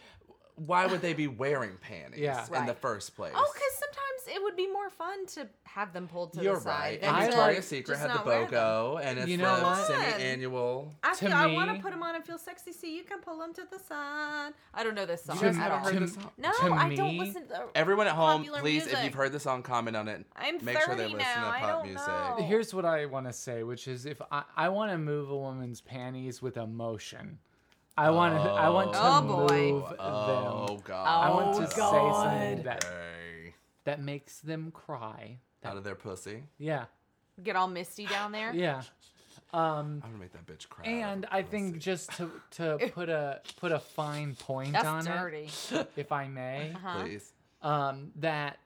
Speaker 3: Why would they be wearing panties
Speaker 1: Yeah.
Speaker 3: in the
Speaker 1: Right.
Speaker 3: first place?
Speaker 2: Oh, because sometimes it would be more fun to have them pulled to
Speaker 3: You're
Speaker 2: the side.
Speaker 3: right.
Speaker 2: than
Speaker 3: And
Speaker 2: to
Speaker 3: Victoria's
Speaker 2: just
Speaker 3: Secret had the
Speaker 2: not wear them.
Speaker 3: BOGO, and it's
Speaker 1: You know
Speaker 3: the
Speaker 1: what?
Speaker 3: semi-annual.
Speaker 2: I
Speaker 1: To
Speaker 2: feel I want to
Speaker 1: me-
Speaker 2: put them on and feel sexy, so you can pull them to the side. I don't know this song.
Speaker 3: guys
Speaker 2: at
Speaker 3: haven't
Speaker 2: all.
Speaker 3: heard this song?
Speaker 2: No,
Speaker 3: To
Speaker 2: I don't
Speaker 3: me-
Speaker 2: listen to the
Speaker 3: Everyone at home,
Speaker 2: popular
Speaker 3: please, if
Speaker 2: music.
Speaker 3: you've heard the song, comment on it.
Speaker 2: I'm
Speaker 3: Make sure they
Speaker 2: 30
Speaker 3: listen
Speaker 2: now,
Speaker 3: to
Speaker 2: I
Speaker 3: pop
Speaker 2: don't
Speaker 3: music.
Speaker 2: know.
Speaker 1: Here's what I want to say, which is if I, I want to move a woman's panties with emotion. I want to I want to
Speaker 2: Oh,
Speaker 1: move
Speaker 2: boy.
Speaker 1: them.
Speaker 3: Oh, God.
Speaker 1: I want to say
Speaker 3: God.
Speaker 1: something that that makes them cry.
Speaker 3: Out of their pussy.
Speaker 1: Yeah.
Speaker 2: Get all misty down there.
Speaker 1: Yeah. Um
Speaker 3: I'm gonna make that bitch cry.
Speaker 1: and I think just to to put a put a fine point
Speaker 2: That's
Speaker 1: on
Speaker 2: dirty.
Speaker 1: it, if I may,
Speaker 2: Uh-huh.
Speaker 3: Please.
Speaker 1: um, that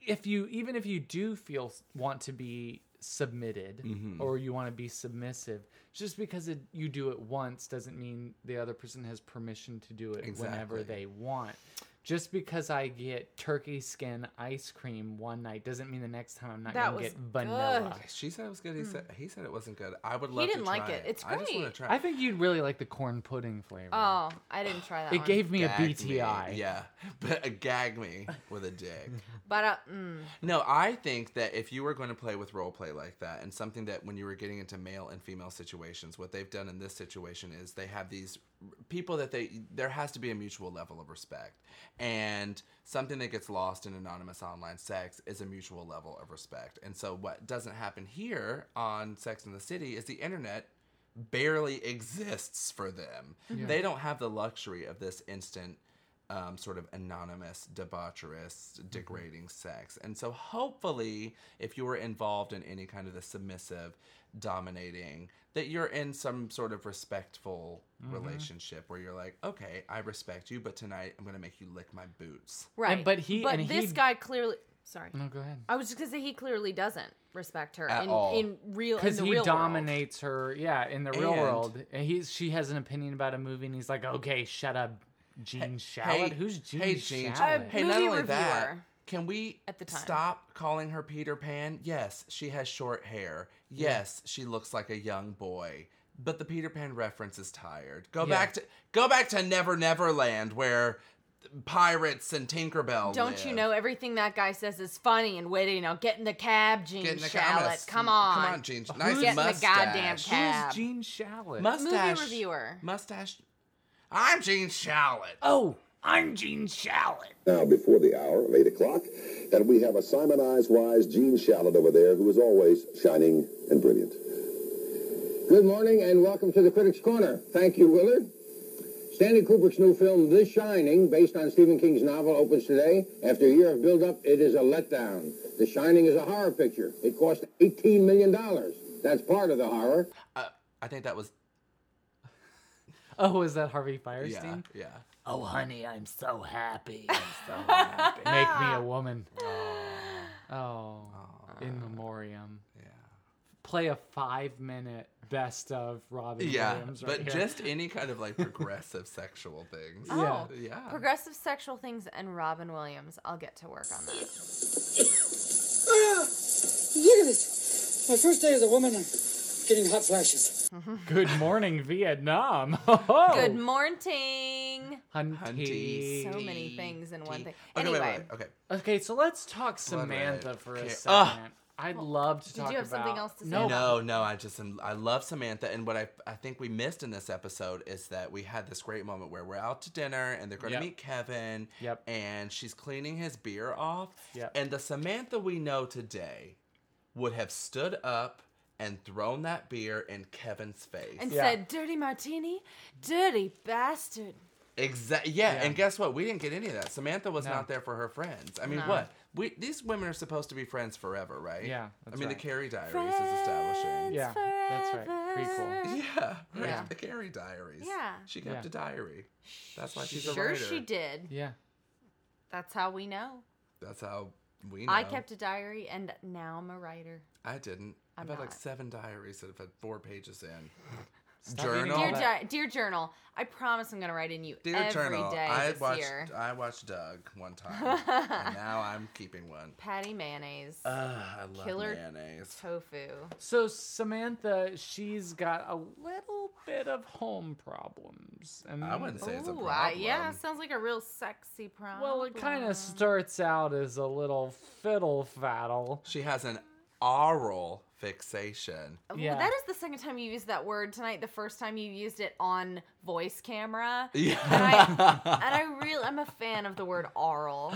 Speaker 1: if you even if you do feel want to be submitted
Speaker 3: Mhm.
Speaker 1: or you want to be submissive, just because it, you do it once doesn't mean the other person has permission to do it
Speaker 3: Exactly.
Speaker 1: whenever they want. Just because I get turkey skin ice cream one night doesn't mean the next time I'm not
Speaker 2: That
Speaker 1: gonna
Speaker 2: was
Speaker 1: get vanilla.
Speaker 2: good.
Speaker 3: She said it was good. He
Speaker 2: Mm.
Speaker 3: said he said it wasn't good. I would
Speaker 2: He
Speaker 3: love to
Speaker 2: didn't like
Speaker 3: try
Speaker 2: it. It's
Speaker 3: I just want
Speaker 2: great.
Speaker 3: to try.
Speaker 1: I think you'd really like the corn pudding flavor.
Speaker 2: Oh, I didn't try that.
Speaker 1: it
Speaker 2: one.
Speaker 1: gave me a
Speaker 3: Gag me.
Speaker 1: BTI.
Speaker 3: Yeah, but uh, gag me with a dick.
Speaker 2: But uh, mm,
Speaker 3: No, I think that if you were going to play with role play like that, and something that when you were getting into male and female situations, what they've done in this situation is they have these r- people that they there has to be a mutual level of respect, and something that gets lost in anonymous online sex is a mutual level of respect. And so, what doesn't happen here on Sex in the City is the internet barely exists for them.
Speaker 1: Yeah.
Speaker 3: They don't have the luxury of this instant um, sort of anonymous, debaucherous, degrading sex. And so, hopefully, if you were involved in any kind of the submissive, dominating, that you're in some sort of respectful
Speaker 1: Mhm.
Speaker 3: relationship where you're like, okay, I respect you, but tonight I'm going to make you lick my boots.
Speaker 2: right.
Speaker 1: but he-
Speaker 2: But
Speaker 1: and
Speaker 2: this
Speaker 1: he-
Speaker 2: guy clearly. Sorry.
Speaker 1: No, go ahead.
Speaker 2: I was just gonna say he clearly doesn't respect her
Speaker 3: At
Speaker 2: in,
Speaker 3: all.
Speaker 2: in real in
Speaker 1: because
Speaker 2: the
Speaker 1: he
Speaker 2: real world.
Speaker 1: dominates her yeah in the real
Speaker 3: And-
Speaker 1: world and he's she has an opinion about a movie and he's like okay shut up gene shalit who's gene
Speaker 3: hey,
Speaker 1: shalit
Speaker 3: Shalit. Hey, not
Speaker 2: movie
Speaker 3: only that,
Speaker 2: reviewer
Speaker 3: can we
Speaker 2: at the time.
Speaker 3: stop calling her Peter Pan? Yes, she has short hair.
Speaker 1: Yeah.
Speaker 3: Yes, she looks like a young boy. But the Peter Pan reference is tired. Go
Speaker 1: Yeah.
Speaker 3: back to go back to Never Never Land where pirates and Tinkerbell.
Speaker 2: Don't you know everything that guy says is funny and witty? Now get in the cab, Gene
Speaker 3: Get in the cab, I'm gonna
Speaker 2: Shalit.
Speaker 3: s-
Speaker 2: Come on.
Speaker 3: come on, Gene. Nice
Speaker 2: get in the goddamn
Speaker 3: mustache. Who's
Speaker 2: cab.
Speaker 1: who's gene shalit
Speaker 3: Mustache.
Speaker 2: Movie reviewer.
Speaker 3: Mustache. I'm Gene Shalit.
Speaker 1: oh i'm gene shalit
Speaker 12: Now, before the hour of 8 o'clock, and we have a Simon Eyes Wise Gene Shalit over there who is always shining and brilliant.
Speaker 13: Good morning and welcome to the Critics Corner. Thank you, Willard. Stanley Kubrick's new film, The Shining, based on Stephen King's novel, opens today. After a year of build-up, it is a letdown. The Shining is a horror picture. It cost $18 million. That's part of the horror.
Speaker 3: Uh, I think that was
Speaker 1: oh is that harvey firestein
Speaker 3: yeah.
Speaker 1: oh honey i'm so happy i'm so happy make
Speaker 2: Ah.
Speaker 1: me a woman oh, in memoriam
Speaker 3: yeah
Speaker 1: play a five minute best of robin
Speaker 3: Yeah,
Speaker 1: williams
Speaker 3: but
Speaker 1: right here.
Speaker 3: just any kind of like progressive sexual things.
Speaker 2: Uh,
Speaker 1: Oh.
Speaker 3: yeah.
Speaker 2: Progressive sexual things and Robin Williams. I'll get to work on that.
Speaker 4: Ah, look at this. My first day as a woman,
Speaker 14: Getting hot flashes.
Speaker 1: Good morning, Vietnam. Oh,
Speaker 2: Good morning.
Speaker 1: Hunty.
Speaker 2: So many things in one thing.
Speaker 1: Okay,
Speaker 2: Anyway,
Speaker 1: wait,
Speaker 3: okay.
Speaker 1: Okay, so let's talk
Speaker 3: Blood Red.
Speaker 1: Samantha for a
Speaker 3: Okay,
Speaker 1: second.
Speaker 3: ugh.
Speaker 1: I'd love to
Speaker 2: did you
Speaker 1: talk
Speaker 2: have
Speaker 1: about.
Speaker 2: something else to say?
Speaker 1: No,
Speaker 3: No, no, I just am- I love Samantha, and what I I think we missed in this episode is that we had this great moment where we're out to dinner and they're going
Speaker 1: Yep.
Speaker 3: to meet Kevin.
Speaker 1: Yep.
Speaker 3: And she's cleaning his beer off.
Speaker 1: Yep.
Speaker 3: And the Samantha we know today would have stood up and thrown that beer in Kevin's face.
Speaker 2: and said, "Dirty martini, dirty bastard."
Speaker 3: Exactly. Yeah,
Speaker 1: Yeah.
Speaker 3: and guess what? We didn't get any of that. Samantha was
Speaker 1: No.
Speaker 3: not there for her friends. I mean,
Speaker 1: No.
Speaker 3: what? We these women are supposed to be friends forever, right?
Speaker 1: Yeah,
Speaker 3: I
Speaker 1: that's
Speaker 3: mean,
Speaker 1: right.
Speaker 3: the Carrie Diaries is establishing.
Speaker 1: Yeah, that's right. Prequel.
Speaker 3: Yeah, right.
Speaker 1: Yeah.
Speaker 3: The Carrie Diaries.
Speaker 2: Yeah.
Speaker 3: She kept
Speaker 1: Yeah.
Speaker 3: a diary. That's why she's a
Speaker 2: sure
Speaker 3: writer.
Speaker 2: she did.
Speaker 1: Yeah.
Speaker 2: That's how we know.
Speaker 3: That's how we know.
Speaker 2: I kept a diary, and now I'm a writer.
Speaker 3: I didn't.
Speaker 2: I'm
Speaker 3: I've had like
Speaker 2: not.
Speaker 3: seven diaries that have had four pages in.
Speaker 1: Stop reading
Speaker 3: journal.
Speaker 1: all
Speaker 2: Dear, di- dear journal, I promise I'm going to write in you every
Speaker 3: Oh, Dear
Speaker 2: day
Speaker 3: journal. I
Speaker 2: this
Speaker 3: watched. uh,
Speaker 2: year.
Speaker 3: I watched Doug one time, and now I'm keeping one.
Speaker 2: Patty mayonnaise,
Speaker 3: Ah, I love
Speaker 2: killer
Speaker 3: mayonnaise.
Speaker 2: tofu.
Speaker 1: So Samantha, she's got a little bit of home problems. And
Speaker 3: I wouldn't say it's a
Speaker 2: Ooh, I- yeah,
Speaker 3: problem.
Speaker 2: sounds like a real sexy problem.
Speaker 1: Well, it kind of starts out as a little fiddle faddle.
Speaker 3: She has an oral fixation.
Speaker 2: Well,
Speaker 1: Yeah.
Speaker 2: That is the second time you used that word tonight. The first time you used it on voice camera.
Speaker 3: Yeah.
Speaker 2: And I, and I really, I'm a fan of the word aural.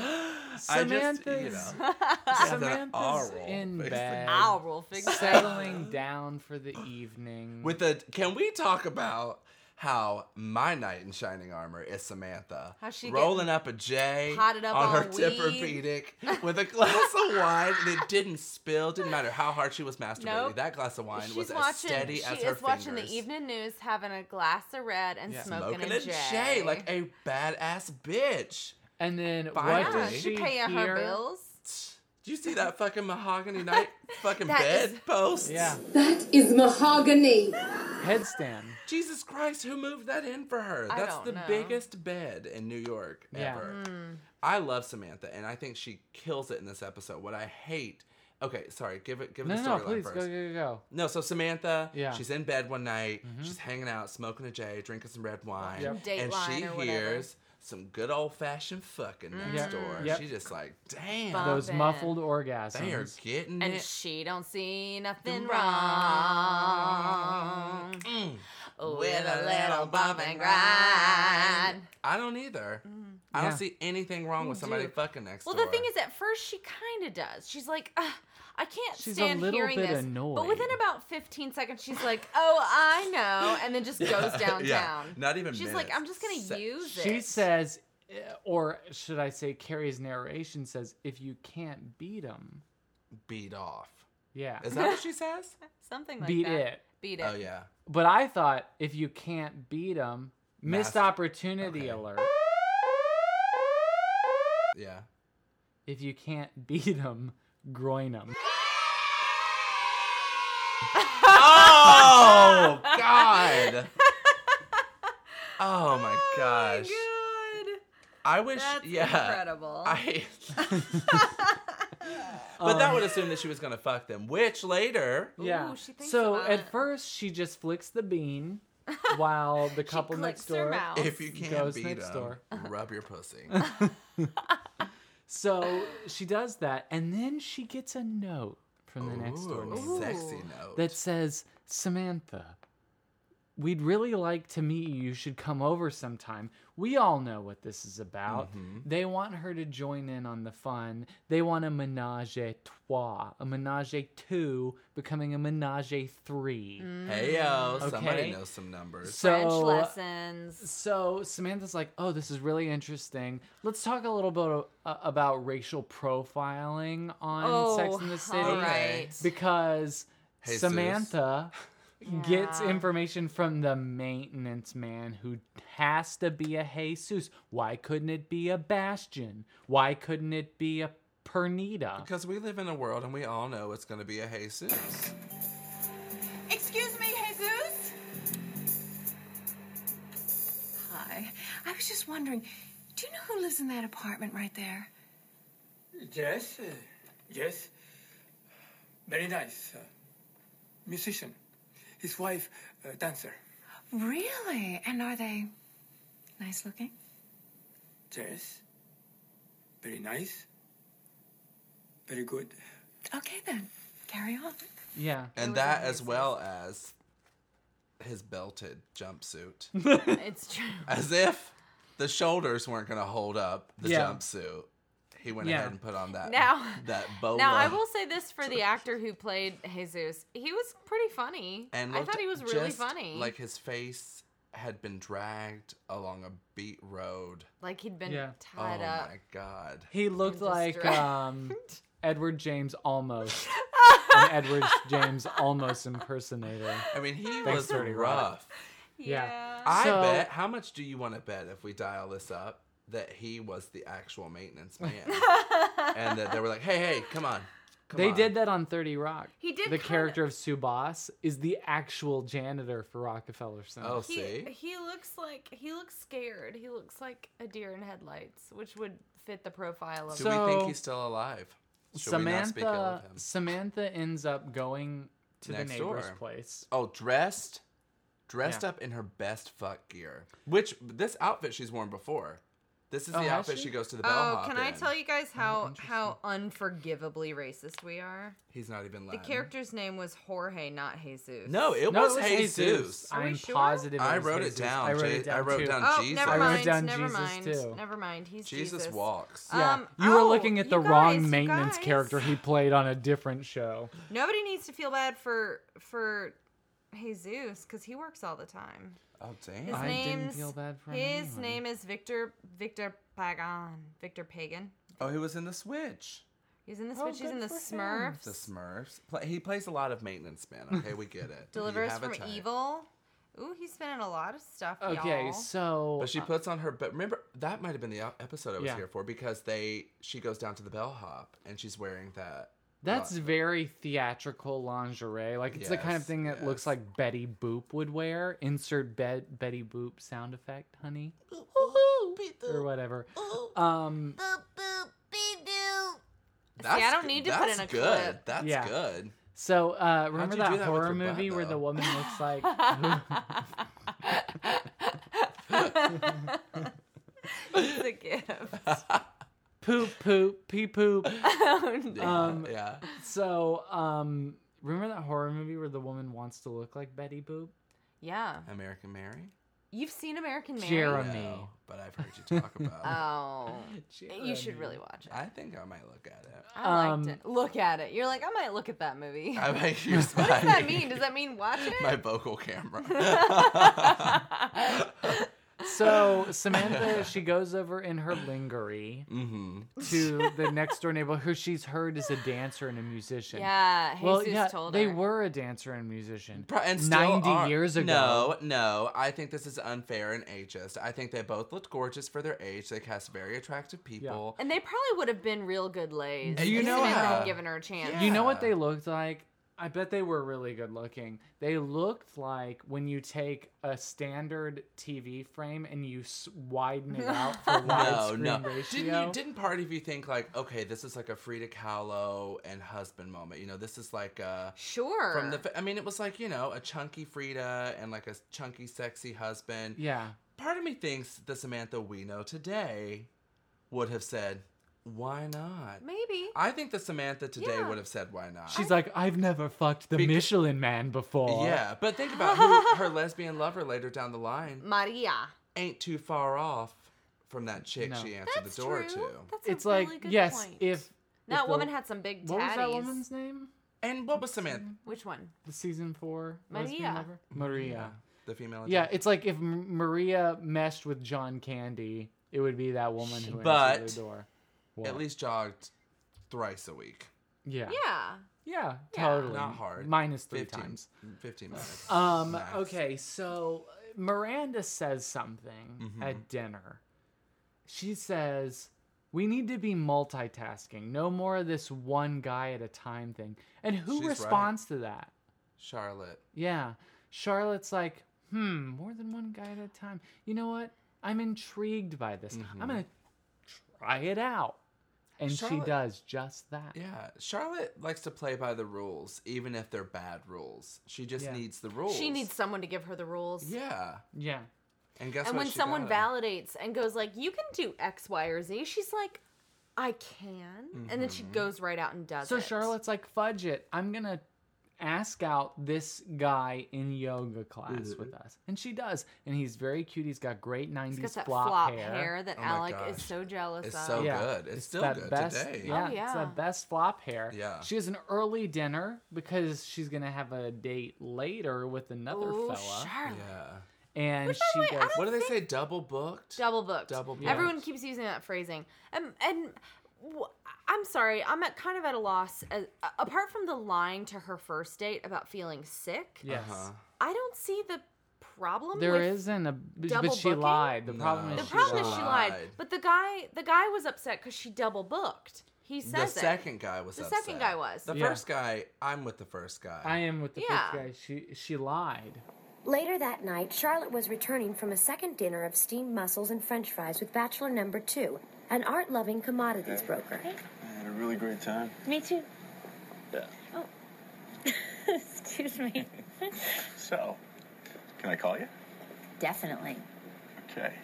Speaker 1: Samantha's,
Speaker 3: has an
Speaker 1: Samantha's
Speaker 3: oral
Speaker 1: in
Speaker 3: fixation.
Speaker 1: bed,
Speaker 2: Oral fixation.
Speaker 1: settling down for the evening.
Speaker 3: With a, can we talk about how my knight in shining armor is Samantha?
Speaker 2: How she
Speaker 3: rolling
Speaker 2: getting
Speaker 3: up a J
Speaker 2: potted up
Speaker 3: on her
Speaker 2: on weed.
Speaker 3: Tempur-Pedic with a glass of wine that didn't spill. Didn't matter how hard she was masturbating.
Speaker 2: Nope.
Speaker 3: That glass of wine
Speaker 2: She's
Speaker 3: was as
Speaker 2: watching,
Speaker 3: steady
Speaker 2: she
Speaker 3: as
Speaker 2: is
Speaker 3: her
Speaker 2: watching
Speaker 3: fingers.
Speaker 2: the evening news, having a glass of red and
Speaker 3: Yeah.
Speaker 2: smoking,
Speaker 3: Smoking
Speaker 2: a,
Speaker 3: a J like a badass bitch.
Speaker 1: and then what
Speaker 3: Finally.
Speaker 2: yeah,
Speaker 1: does
Speaker 2: she
Speaker 1: she
Speaker 2: paying her
Speaker 1: hear?
Speaker 2: bills.
Speaker 3: Do you see that fucking mahogany night fucking
Speaker 2: That is-
Speaker 3: bed post?
Speaker 1: Yeah,
Speaker 10: That is mahogany.
Speaker 1: headstand.
Speaker 3: Jesus Christ, who moved that in for her?
Speaker 2: I
Speaker 3: That's
Speaker 2: don't
Speaker 3: the
Speaker 2: know. Hmm.
Speaker 3: biggest bed in New York
Speaker 1: Yeah.
Speaker 3: ever. I love Samantha, and I think she kills it in this episode. What I hate. Okay, sorry. Give it. Give it
Speaker 1: No,
Speaker 3: the
Speaker 1: no,
Speaker 3: storyline
Speaker 1: please
Speaker 3: first.
Speaker 1: go, go, go.
Speaker 3: No, so Samantha,
Speaker 1: Yeah. Mm-hmm.
Speaker 3: she's in bed one night. She's hanging out, smoking a J, drinking some red wine,
Speaker 1: Yep.
Speaker 3: and
Speaker 2: Dateline
Speaker 3: she
Speaker 2: or whatever.
Speaker 3: hears some good old fashioned fucking next
Speaker 1: Yep.
Speaker 3: door.
Speaker 1: Mm. Yep.
Speaker 3: She just like, damn,
Speaker 1: go. Those
Speaker 2: Bumpin'.
Speaker 1: muffled orgasms.
Speaker 3: they are getting
Speaker 2: And
Speaker 3: it
Speaker 2: she don't see nothing
Speaker 3: wrong.
Speaker 2: wrong.
Speaker 3: Mm.
Speaker 2: With a little bump and grind.
Speaker 3: I don't either. I don't
Speaker 1: Yeah.
Speaker 3: see anything wrong with somebody fucking next
Speaker 2: Well,
Speaker 3: door.
Speaker 2: the thing is, at first she kind of does. She's like, "Ugh, I can't
Speaker 1: She's a
Speaker 2: stand
Speaker 1: little
Speaker 2: hearing
Speaker 1: bit
Speaker 2: this. But within
Speaker 1: annoyed.
Speaker 2: about 15 seconds, she's like, oh, I know, and then just goes downtown.
Speaker 3: Not even.
Speaker 2: She's like,
Speaker 3: minutes.
Speaker 2: I'm just gonna
Speaker 3: Se-
Speaker 2: use it.
Speaker 1: She says, eh, or should I say, Carrie's narration says, if you can't beat them,
Speaker 3: beat off.
Speaker 1: yeah,
Speaker 3: Is that what she says?
Speaker 2: something like
Speaker 1: beat
Speaker 2: that.
Speaker 1: it.
Speaker 2: Beat it.
Speaker 3: oh yeah.
Speaker 1: But I thought if you can't beat them, missed
Speaker 3: Mast-
Speaker 1: opportunity
Speaker 3: okay.
Speaker 1: alert.
Speaker 3: Yeah.
Speaker 1: If you can't beat them, groin them.
Speaker 3: Oh God. Oh my gosh.
Speaker 2: Good.
Speaker 3: I wish.
Speaker 8: That's
Speaker 3: yeah.
Speaker 8: incredible.
Speaker 3: I. but that would assume that she was gonna fuck them, which later.
Speaker 1: Yeah.
Speaker 2: Ooh, she thinks
Speaker 1: so
Speaker 2: about
Speaker 1: at
Speaker 2: it.
Speaker 1: first she just flicks the bean, while the couple next
Speaker 2: clicks her
Speaker 1: door
Speaker 2: mouth.
Speaker 3: If you can't
Speaker 1: Goes
Speaker 3: beat
Speaker 1: next
Speaker 3: 'em,
Speaker 1: door.
Speaker 3: rub your pussy.
Speaker 1: So she does that, and then she gets a note from the next door
Speaker 3: Ooh,
Speaker 1: neighbor
Speaker 3: sexy note.
Speaker 1: that says, Samantha, we'd really like to meet you. You should come over sometime. We all know what this is about. They want her to join in on the fun. They want a menage a trois, a menage a two, becoming a menage a three.
Speaker 3: hey yo,
Speaker 1: Okay.
Speaker 3: somebody knows some numbers.
Speaker 1: So uh,
Speaker 2: French lessons.
Speaker 1: so Samantha's like, "Oh, this is really interesting. Let's talk a little bit o- uh, about racial profiling on
Speaker 2: Oh,
Speaker 1: Sex in the City
Speaker 2: all right.
Speaker 1: because
Speaker 3: Jesus.
Speaker 1: Samantha gets information from the maintenance man who has to be a Jesus. Why couldn't it be a Bastion? Why couldn't it be a Pernita?
Speaker 3: Because we live in a world and we all know it's gonna be a Jesus.
Speaker 6: Excuse me, Jesus? Hi. I was just wondering, do you know who lives in that apartment right there?
Speaker 7: Yes, uh, yes. Very nice. Uh, musician. his wife, a dancer.
Speaker 6: Really? And are they nice looking?
Speaker 7: Yes. Very nice. Very good.
Speaker 6: Okay then, carry on.
Speaker 1: Yeah.
Speaker 3: And that as well as his belted jumpsuit.
Speaker 2: It's true.
Speaker 3: as if the shoulders weren't going to hold up the
Speaker 1: Yeah.
Speaker 3: jumpsuit. He went
Speaker 1: Yeah.
Speaker 3: ahead and put on that
Speaker 2: Now-
Speaker 3: that boa.
Speaker 2: Now I will say this for the actor who played Jesus, he was pretty funny.
Speaker 3: and
Speaker 2: I
Speaker 3: looked
Speaker 2: thought he was really
Speaker 3: just
Speaker 2: funny.
Speaker 3: Like his face had been dragged along a beat road.
Speaker 2: Like he'd been
Speaker 1: Yeah.
Speaker 2: tied
Speaker 3: oh
Speaker 2: up.
Speaker 3: my god.
Speaker 1: He looked like
Speaker 2: distraught.
Speaker 1: um, Edward James almost. an Edward James almost impersonator.
Speaker 3: I mean, he
Speaker 1: Thanks,
Speaker 3: was
Speaker 1: Dirty Rock.
Speaker 3: rough.
Speaker 1: Yeah.
Speaker 3: I
Speaker 1: So-
Speaker 3: bet. How much do you want to bet if we dial this up that he was the actual maintenance man, and that they were like, "Hey, hey, come on." Come
Speaker 1: they
Speaker 3: on.
Speaker 1: did that on 30 Rock.
Speaker 2: He did
Speaker 1: The
Speaker 2: kinda-
Speaker 1: character of Sue Boss is the actual janitor for Rockefeller Center.
Speaker 3: Oh,
Speaker 2: he, he looks like he looks scared. He looks like a deer in headlights, which would fit the profile of
Speaker 3: Do
Speaker 2: him.
Speaker 3: we
Speaker 1: So-
Speaker 3: think he's still alive? Should we not speak ill of him?
Speaker 1: Samantha Samantha ends up going to
Speaker 3: Next
Speaker 1: the neighbor's
Speaker 3: door.
Speaker 1: place.
Speaker 3: Oh, dressed, dressed
Speaker 1: Yeah.
Speaker 3: up in her best fuck gear. Which this outfit she's worn before. This is
Speaker 1: Oh,
Speaker 3: the
Speaker 1: has
Speaker 3: outfit she?
Speaker 1: she?
Speaker 3: goes to the
Speaker 8: Oh,
Speaker 3: bellhop.
Speaker 8: can I
Speaker 3: in.
Speaker 8: tell you guys how how unforgivably racist we are?
Speaker 3: He's not even
Speaker 8: The
Speaker 3: Latin.
Speaker 8: character's name was Jorge, not Jesus.
Speaker 3: No, it
Speaker 1: No,
Speaker 3: was
Speaker 1: it was
Speaker 3: Jesus.
Speaker 1: Jesus.
Speaker 8: Are
Speaker 1: I'm
Speaker 8: you sure?
Speaker 1: positive. it
Speaker 3: I
Speaker 1: was
Speaker 3: wrote
Speaker 1: Jesus.
Speaker 3: it down.
Speaker 1: I wrote
Speaker 3: Jay-
Speaker 1: it down.
Speaker 3: I wrote
Speaker 1: too.
Speaker 3: down
Speaker 8: Oh,
Speaker 3: Jesus.
Speaker 8: never
Speaker 1: I wrote
Speaker 8: mind.
Speaker 1: down
Speaker 8: never
Speaker 1: Jesus,
Speaker 8: mind.
Speaker 1: too.
Speaker 8: Never mind. He's Jesus.
Speaker 3: Jesus walks.
Speaker 1: Yeah,
Speaker 8: Um,
Speaker 1: you were
Speaker 8: oh,
Speaker 1: looking at the
Speaker 8: you guys, you
Speaker 1: wrong maintenance
Speaker 8: guys.
Speaker 1: character he played on a different show.
Speaker 8: Nobody needs to feel bad for for Jesus because he works all the time.
Speaker 3: Oh
Speaker 8: His
Speaker 3: damn.
Speaker 1: I didn't
Speaker 8: name's
Speaker 1: feel bad for him
Speaker 8: his
Speaker 1: anyway.
Speaker 8: name is Victor Victor Pagan. Victor Pagan.
Speaker 3: Oh, he was in the Switch.
Speaker 8: He's in the
Speaker 2: Oh,
Speaker 8: Switch. he's in the
Speaker 2: good for him.
Speaker 8: Smurfs.
Speaker 3: The Smurfs. Pla he plays a lot of maintenance man. Okay, we get it. You
Speaker 8: Delivers
Speaker 3: have a
Speaker 8: from
Speaker 3: type.
Speaker 8: evil. Ooh, he's been in a lot of stuff,
Speaker 1: Okay,
Speaker 8: y'all.
Speaker 1: so
Speaker 3: But
Speaker 2: Uh.
Speaker 3: she puts on her. But remember, that might have been the ep- episode I was
Speaker 1: Yeah.
Speaker 3: here for because they she goes down to the bellhop and she's wearing that.
Speaker 1: That's very theatrical lingerie. Like it's the kind of
Speaker 3: Yes,
Speaker 1: thing that looks like Betty Boop would wear. Insert bet Betty Boop sound effect, honey, or whatever. Um,
Speaker 2: See, I don't need to put in a
Speaker 3: good.
Speaker 2: clip.
Speaker 3: That's
Speaker 1: Yeah.
Speaker 3: good.
Speaker 1: so uh,
Speaker 3: you
Speaker 1: remember
Speaker 3: do
Speaker 1: that,
Speaker 3: that with your
Speaker 1: horror
Speaker 3: butt,
Speaker 1: movie where the
Speaker 3: though?
Speaker 1: woman looks like
Speaker 8: it's a gift.
Speaker 1: poop poop pee poop.
Speaker 8: oh, no.
Speaker 3: Yeah,
Speaker 1: Um,
Speaker 3: yeah.
Speaker 1: So um, remember that horror movie where the woman wants to look like Betty Boop?
Speaker 8: Yeah.
Speaker 3: American Mary.
Speaker 8: You've seen American Mary.
Speaker 1: Jeremy.
Speaker 3: No, but I've heard you talk about. it.
Speaker 2: Uh,
Speaker 8: Oh. You should
Speaker 1: Jeremy.
Speaker 8: really watch it.
Speaker 3: I think I might look at it.
Speaker 8: I
Speaker 1: Um,
Speaker 8: liked it. Look at it. You're like, I might look at that movie.
Speaker 3: I might use my.
Speaker 8: what does that mean? Does that mean watch it?
Speaker 3: My vocal camera.
Speaker 1: So Samantha, she goes over in her lingerie.
Speaker 3: mm-hmm.
Speaker 1: to the next door neighbor who she's heard is a dancer and a musician.
Speaker 8: yeah, Jesus
Speaker 1: Well, yeah,
Speaker 8: told
Speaker 1: they
Speaker 8: her.
Speaker 1: were a dancer and musician.
Speaker 3: Pro- and still
Speaker 1: 90
Speaker 3: are.
Speaker 1: years ago.
Speaker 3: No, no. I think this is unfair and ageist. I think they both looked gorgeous for their age. They cast very attractive people.
Speaker 8: And they probably would have been real good lays.
Speaker 1: Do you
Speaker 8: if
Speaker 1: know
Speaker 8: Smith
Speaker 1: how-
Speaker 8: had given her a chance.
Speaker 1: You know what they looked like? I bet they were really good looking. They looked like when you take a standard TV frame and you s- widen it out for
Speaker 3: No,
Speaker 1: widescreen
Speaker 3: no.
Speaker 1: ratio.
Speaker 3: Didn't you didn't part of you think like, okay, this is like a Frida Kahlo and husband moment. You know, this is like a
Speaker 8: Sure.
Speaker 3: from the. fa- I mean, it was like you know a chunky Frida and like a chunky sexy husband.
Speaker 1: yeah.
Speaker 3: Part of me thinks the Samantha we know today would have said, "Why not?"
Speaker 8: Maybe.
Speaker 3: I think the Samantha today
Speaker 8: Yeah.
Speaker 3: would have said, "Why not?"
Speaker 1: She's like, I've never fucked the Michelin man before.
Speaker 3: Yeah, but think about who her lesbian lover later down the line
Speaker 8: Maria.
Speaker 3: ain't too far off from that chick
Speaker 1: No.
Speaker 3: she answered the door to.
Speaker 8: That's
Speaker 1: It's
Speaker 8: a really
Speaker 1: like,
Speaker 8: good
Speaker 1: yes,
Speaker 8: point.
Speaker 1: if.
Speaker 8: that
Speaker 1: if the-
Speaker 8: woman had some big
Speaker 1: What was
Speaker 8: tatties.
Speaker 1: that woman's name?
Speaker 3: And what was Samantha?
Speaker 8: Which one?
Speaker 1: The season four
Speaker 8: Maria.
Speaker 1: lesbian lover? Maria.
Speaker 3: The female.
Speaker 1: Yeah,
Speaker 3: adopted-
Speaker 1: it's like if M- Maria meshed with John Candy, it would be that woman who
Speaker 3: But-
Speaker 1: answered the door.
Speaker 3: at least jogged thrice a week.
Speaker 1: Yeah.
Speaker 8: Yeah.
Speaker 1: Yeah,
Speaker 8: Yeah.
Speaker 1: totally.
Speaker 3: Not hard.
Speaker 1: Minus three
Speaker 3: 15,
Speaker 1: times.
Speaker 3: 15 minutes.
Speaker 1: Um,
Speaker 3: max.
Speaker 1: okay, so uh, Miranda says something
Speaker 3: Mm-hmm.
Speaker 1: at dinner. She says, We need to be multitasking. No more of this one guy at a time thing. And who
Speaker 3: She's right.
Speaker 1: responds to that?
Speaker 3: Charlotte.
Speaker 1: Yeah. Charlotte's like, hmm, more than one guy at a time. You know what? I'm intrigued by this. I'm going to try it out. and she
Speaker 3: Charlotte-
Speaker 1: does just that.
Speaker 3: Yeah, Charlotte likes to play by the rules, even if they're bad rules. She just
Speaker 1: Yeah.
Speaker 3: needs the rules.
Speaker 2: She needs someone to give her the rules.
Speaker 3: Yeah.
Speaker 1: Yeah.
Speaker 3: And guess
Speaker 2: and
Speaker 3: what?
Speaker 2: when
Speaker 3: She
Speaker 2: someone
Speaker 3: got?
Speaker 2: validates and goes like, "You can do X, Y, or Z," she's like, "I can," and then she
Speaker 3: Mm-hmm.
Speaker 1: Mhm.
Speaker 2: goes right out and does
Speaker 1: So
Speaker 2: it.
Speaker 1: Charlotte's like, fudge it. I'm going to ask out this guy in yoga class
Speaker 2: Mhm.
Speaker 1: with us. And she does. And he's very cute. He's got great 90s
Speaker 2: She's got that
Speaker 1: flop,
Speaker 2: flop, hair. that
Speaker 3: Oh my
Speaker 2: Alec
Speaker 3: gosh.
Speaker 2: is so jealous
Speaker 3: It's
Speaker 2: of.
Speaker 3: so good. It's still
Speaker 1: that
Speaker 3: good
Speaker 1: best,
Speaker 3: today.
Speaker 1: Yeah,
Speaker 2: Oh,
Speaker 1: it's
Speaker 2: yeah.
Speaker 1: that best flop hair.
Speaker 3: Yeah.
Speaker 1: She has an early dinner because she's going to have a date later with another
Speaker 2: Ooh,
Speaker 1: fella.
Speaker 2: Charlotte.
Speaker 1: Yeah. And she goes,
Speaker 3: What do they say? Double booked.
Speaker 2: Double booked.
Speaker 3: Double booked.
Speaker 2: Everyone keeps using that phrasing. Um, and wh- I'm sorry, I'm at kind of at a loss. As, a- apart from the lying to her first date about feeling sick,
Speaker 1: Yes.
Speaker 3: Uh-huh.
Speaker 2: I don't see the problem.
Speaker 1: There
Speaker 2: with
Speaker 1: isn't a. But
Speaker 2: double
Speaker 1: she
Speaker 2: booking?
Speaker 1: lied. The problem
Speaker 3: No.
Speaker 1: is
Speaker 2: The
Speaker 1: she
Speaker 2: problem
Speaker 1: lied.
Speaker 2: is she lied. But the guy, the guy was upset because she double booked. He
Speaker 3: The
Speaker 2: says it.
Speaker 3: second guy was
Speaker 2: The
Speaker 3: upset.
Speaker 2: second guy was.
Speaker 3: The
Speaker 1: Yeah.
Speaker 3: first guy, I'm with the first guy.
Speaker 1: I am with the
Speaker 5: Yeah.
Speaker 1: fifth guy. She she lied.
Speaker 5: Later that night, Charlotte was returning from a second dinner of steamed mussels and french fries with Bachelor Number Two, an art loving commodities broker.
Speaker 9: I had a really great time.
Speaker 14: Me too.
Speaker 9: Yeah.
Speaker 14: Excuse me.
Speaker 9: So, can I call you?
Speaker 14: Definitely.
Speaker 9: Okay.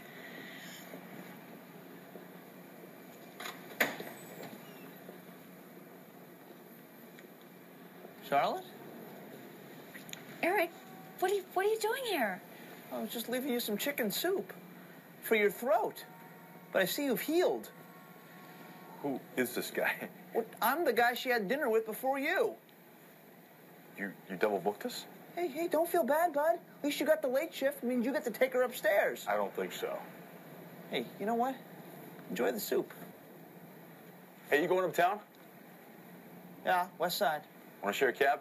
Speaker 9: Charlotte?
Speaker 14: Eric, what are you what are you doing here?
Speaker 9: I was just leaving you some chicken soup for your throat. But I see you've healed. Who is this guy? Well, I'm the guy she had dinner with before you.
Speaker 15: You you double booked us?
Speaker 9: Hey, hey, don't feel bad, bud. At least you got the late shift. I mean, you get to take her upstairs.
Speaker 15: I don't think so.
Speaker 9: Hey, you know what? Enjoy the soup.
Speaker 15: Hey, you going uptown?
Speaker 9: Yeah, west side.
Speaker 15: Want to share a cab?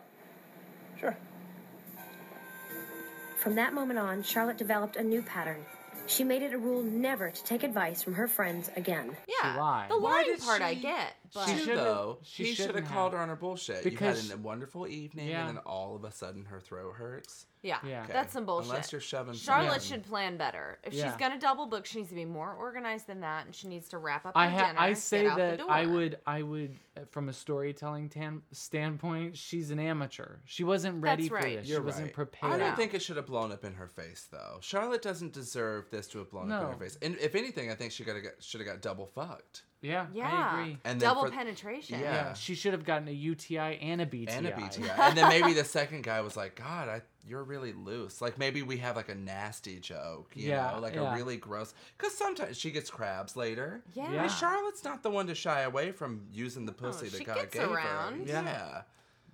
Speaker 5: From that moment on, Charlotte developed a new pattern. She made it a rule never to take advice from her friends again.
Speaker 2: Yeah,
Speaker 1: She lied.
Speaker 2: the
Speaker 5: Why
Speaker 2: lying
Speaker 5: did
Speaker 2: part I
Speaker 5: she-
Speaker 2: get, but
Speaker 3: She should
Speaker 1: shouldn't-
Speaker 3: though.
Speaker 1: she
Speaker 3: he should have
Speaker 1: shouldn't
Speaker 3: called
Speaker 1: have.
Speaker 3: her on her bullshit.
Speaker 1: Because-
Speaker 3: you had a wonderful evening,
Speaker 1: Yeah.
Speaker 3: and then all of a sudden her throat hurts.
Speaker 2: yeah,
Speaker 3: Okay.
Speaker 2: that's some bullshit.
Speaker 3: Unless you're shoving.
Speaker 2: Charlotte
Speaker 3: something.
Speaker 2: should plan better. If she's
Speaker 1: Yeah.
Speaker 2: gonna double book, she needs to be more organized than that, and she needs to wrap up.
Speaker 1: I
Speaker 2: her
Speaker 1: ha-
Speaker 2: dinner,
Speaker 1: I
Speaker 2: get
Speaker 1: say
Speaker 2: out
Speaker 1: that
Speaker 2: the
Speaker 1: I
Speaker 2: door.
Speaker 1: would I would uh, from a storytelling tan- standpoint, she's an amateur. She wasn't
Speaker 2: That's
Speaker 1: ready for
Speaker 2: right.
Speaker 1: this.
Speaker 3: You're
Speaker 1: she wasn't
Speaker 3: right.
Speaker 1: prepared.
Speaker 3: I don't think it should have blown up in her face, though. Charlotte doesn't deserve this to have blown up in her
Speaker 1: No.
Speaker 3: face. And if anything, I think she got should have got double fucked.
Speaker 1: Yeah,
Speaker 2: Yeah.
Speaker 1: I agree.
Speaker 3: And then
Speaker 2: double
Speaker 3: for-
Speaker 2: penetration.
Speaker 1: Yeah.
Speaker 3: Yeah.
Speaker 1: she should have gotten a UTI and a BTI.
Speaker 3: And a BTI. and then maybe the second guy was like, God, I, you're really loose. Like maybe we have like a nasty joke, you
Speaker 1: Yeah,
Speaker 3: know, like
Speaker 1: yeah.
Speaker 3: a really gross. Because sometimes she gets crabs later.
Speaker 2: Yeah. Oh,
Speaker 3: And Charlotte's not the one to shy away from using the pussy that
Speaker 2: she
Speaker 3: God
Speaker 2: gets
Speaker 3: gave
Speaker 2: around.
Speaker 3: her.
Speaker 1: Yeah.
Speaker 3: yeah.